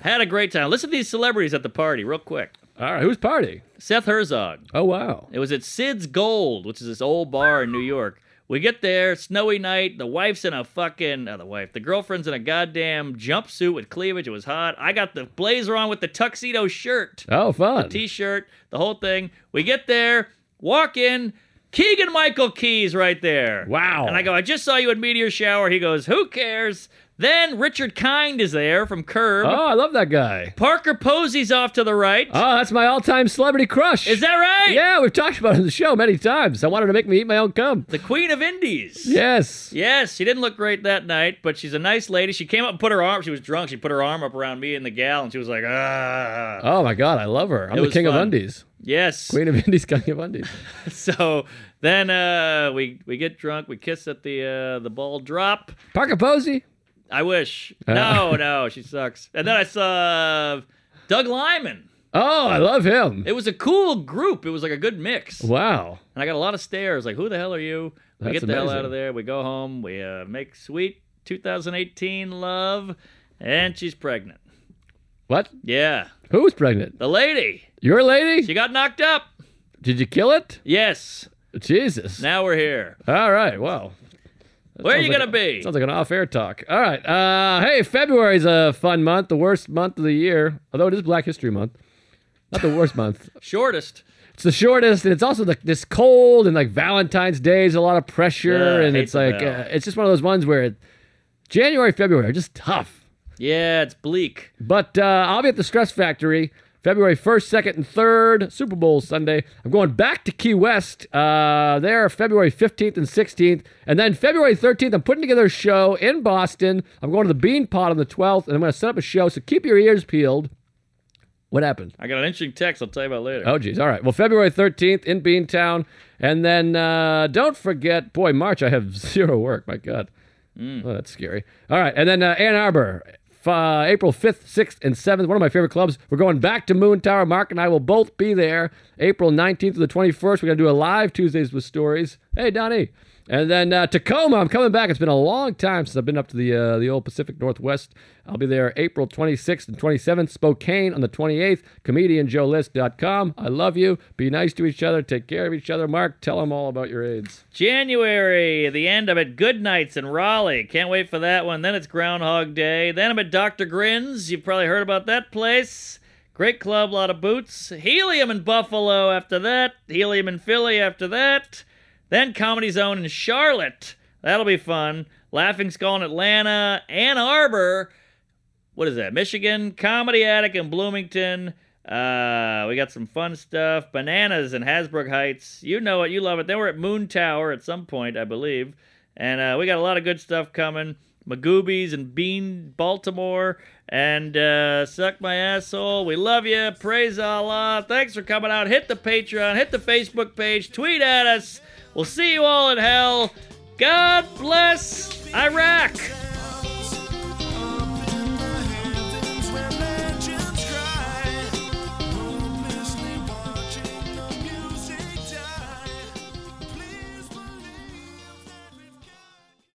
Speaker 7: had a great time. Listen to these celebrities at the party, real quick.
Speaker 5: All right, who's party?
Speaker 7: Seth Herzog.
Speaker 5: Oh wow.
Speaker 7: It was at Sid's Gold, which is this old bar in New York. We get there, snowy night. The wife's in a fucking, uh, the wife, the girlfriend's in a goddamn jumpsuit with cleavage. It was hot. I got the blazer on with the tuxedo shirt.
Speaker 5: Oh, fun.
Speaker 7: T-shirt, the whole thing. We get there, walk in, Keegan Michael Keys right there.
Speaker 5: Wow.
Speaker 7: And I go, I just saw you in Meteor Shower. He goes, Who cares? Then Richard Kind is there from Curb.
Speaker 5: oh, I love that guy.
Speaker 7: Parker Posey's off to the right.
Speaker 5: Oh, that's my all-time celebrity crush.
Speaker 7: Is that right?
Speaker 5: Yeah, we've talked about it on the show many times. I wanted to make me eat my own cum.
Speaker 7: The Queen of Indies.
Speaker 5: Yes.
Speaker 7: Yes, she didn't look great that night, but she's a nice lady. She came up and put her arm. She was drunk. She put her arm up around me and the gal, and she was like, "Ah."
Speaker 5: Oh my God, I love her. I'm the
Speaker 7: It was
Speaker 5: king of
Speaker 7: fun.
Speaker 5: undies.
Speaker 7: yes.
Speaker 5: Queen of Indies, king of undies.
Speaker 7: So then uh, we we get drunk. We kiss at the uh, the ball drop.
Speaker 5: Parker Posey.
Speaker 7: I wish.
Speaker 5: Uh.
Speaker 7: No, no, she sucks. And then I saw uh, Doug Lyman.
Speaker 5: Oh, I love him.
Speaker 7: It was a cool group. It was like a good mix. And
Speaker 5: Wow.
Speaker 7: I got a lot of stares. Like, who the hell are you? We
Speaker 5: That's
Speaker 7: get the hell
Speaker 5: amazing.
Speaker 7: out of there. We go home. We uh, make sweet 2018 love, and she's pregnant.
Speaker 5: What?
Speaker 7: Yeah,
Speaker 5: Who was pregnant?
Speaker 7: the lady.
Speaker 5: Your lady?
Speaker 7: She got knocked up.
Speaker 5: Did you kill it?
Speaker 7: Yes.
Speaker 5: Jesus.
Speaker 7: Now we're here.
Speaker 5: All right. Wow.
Speaker 7: Where are you
Speaker 5: Sounds like-
Speaker 7: gonna be?
Speaker 5: Sounds like an off-air talk. All right. Uh, hey, February's a fun month. The worst month of the year, although it is Black History Month. Not the worst month.
Speaker 7: Shortest.
Speaker 5: It's the shortest, and it's also the, this cold, and like Valentine's Day is a lot of pressure,
Speaker 7: Yeah, I
Speaker 5: and
Speaker 7: hate
Speaker 5: it's
Speaker 7: the
Speaker 5: like
Speaker 7: bell.
Speaker 5: uh, it's just one of those ones where it, January, February are just tough.
Speaker 7: Yeah, it's bleak.
Speaker 5: But uh, I'll be at the Stress Factory February 1st, 2nd, and 3rd, Super Bowl Sunday. I'm going back to Key West uh, there February 15th and 16th. And then February 13th, I'm putting together a show in Boston. I'm going to the Bean Pot on the 12th, and I'm going to set up a show. So keep your ears peeled. What happened?
Speaker 7: I got an interesting text. I'll tell you about later.
Speaker 5: Oh, geez. All right. Well, February 13th in Beantown. And then uh, don't forget, boy, March, I have zero work. My God. Oh, that's scary. All right. And then uh, Ann Arbor, f- uh, April 5th, 6th, and 7th. One of my favorite clubs. We're going back to Moon Tower. Mark and I will both be there April 19th to the 21st. We're going to do a live Tuesdays with Stories. Hey, Donnie. And then uh, Tacoma, I'm coming back. It's been a long time since I've been up to the uh, the old Pacific Northwest. I'll be there April 26th and 27th. Spokane on the 28th. ComedianJoeList.com. I love you. Be nice to each other. Take care of each other. Mark, tell them all about your AIDS.
Speaker 7: January, the end. I'm at Good Nights in Raleigh. Can't wait for that one. Then it's Groundhog Day. Then I'm at Dr. Grin's. You've probably heard about that place. Great club, lot of boots. Helium in Buffalo after that. Helium in Philly after that. Then Comedy Zone in Charlotte. That'll be fun. Laughing Skull in Atlanta, Ann Arbor. What is that? Michigan, Comedy Attic in Bloomington. Uh, we got some fun stuff. Bananas in Hasbrook Heights. You know it. You love it. Then we're at Moon Tower at some point, I believe. And uh, we got a lot of good stuff coming. Magoobies and Bean Baltimore and uh, Suck My Asshole. We love you. Praise Allah. Thanks for coming out. Hit the Patreon, hit the Facebook page, tweet at us. We'll see you all in hell. God bless Iraq.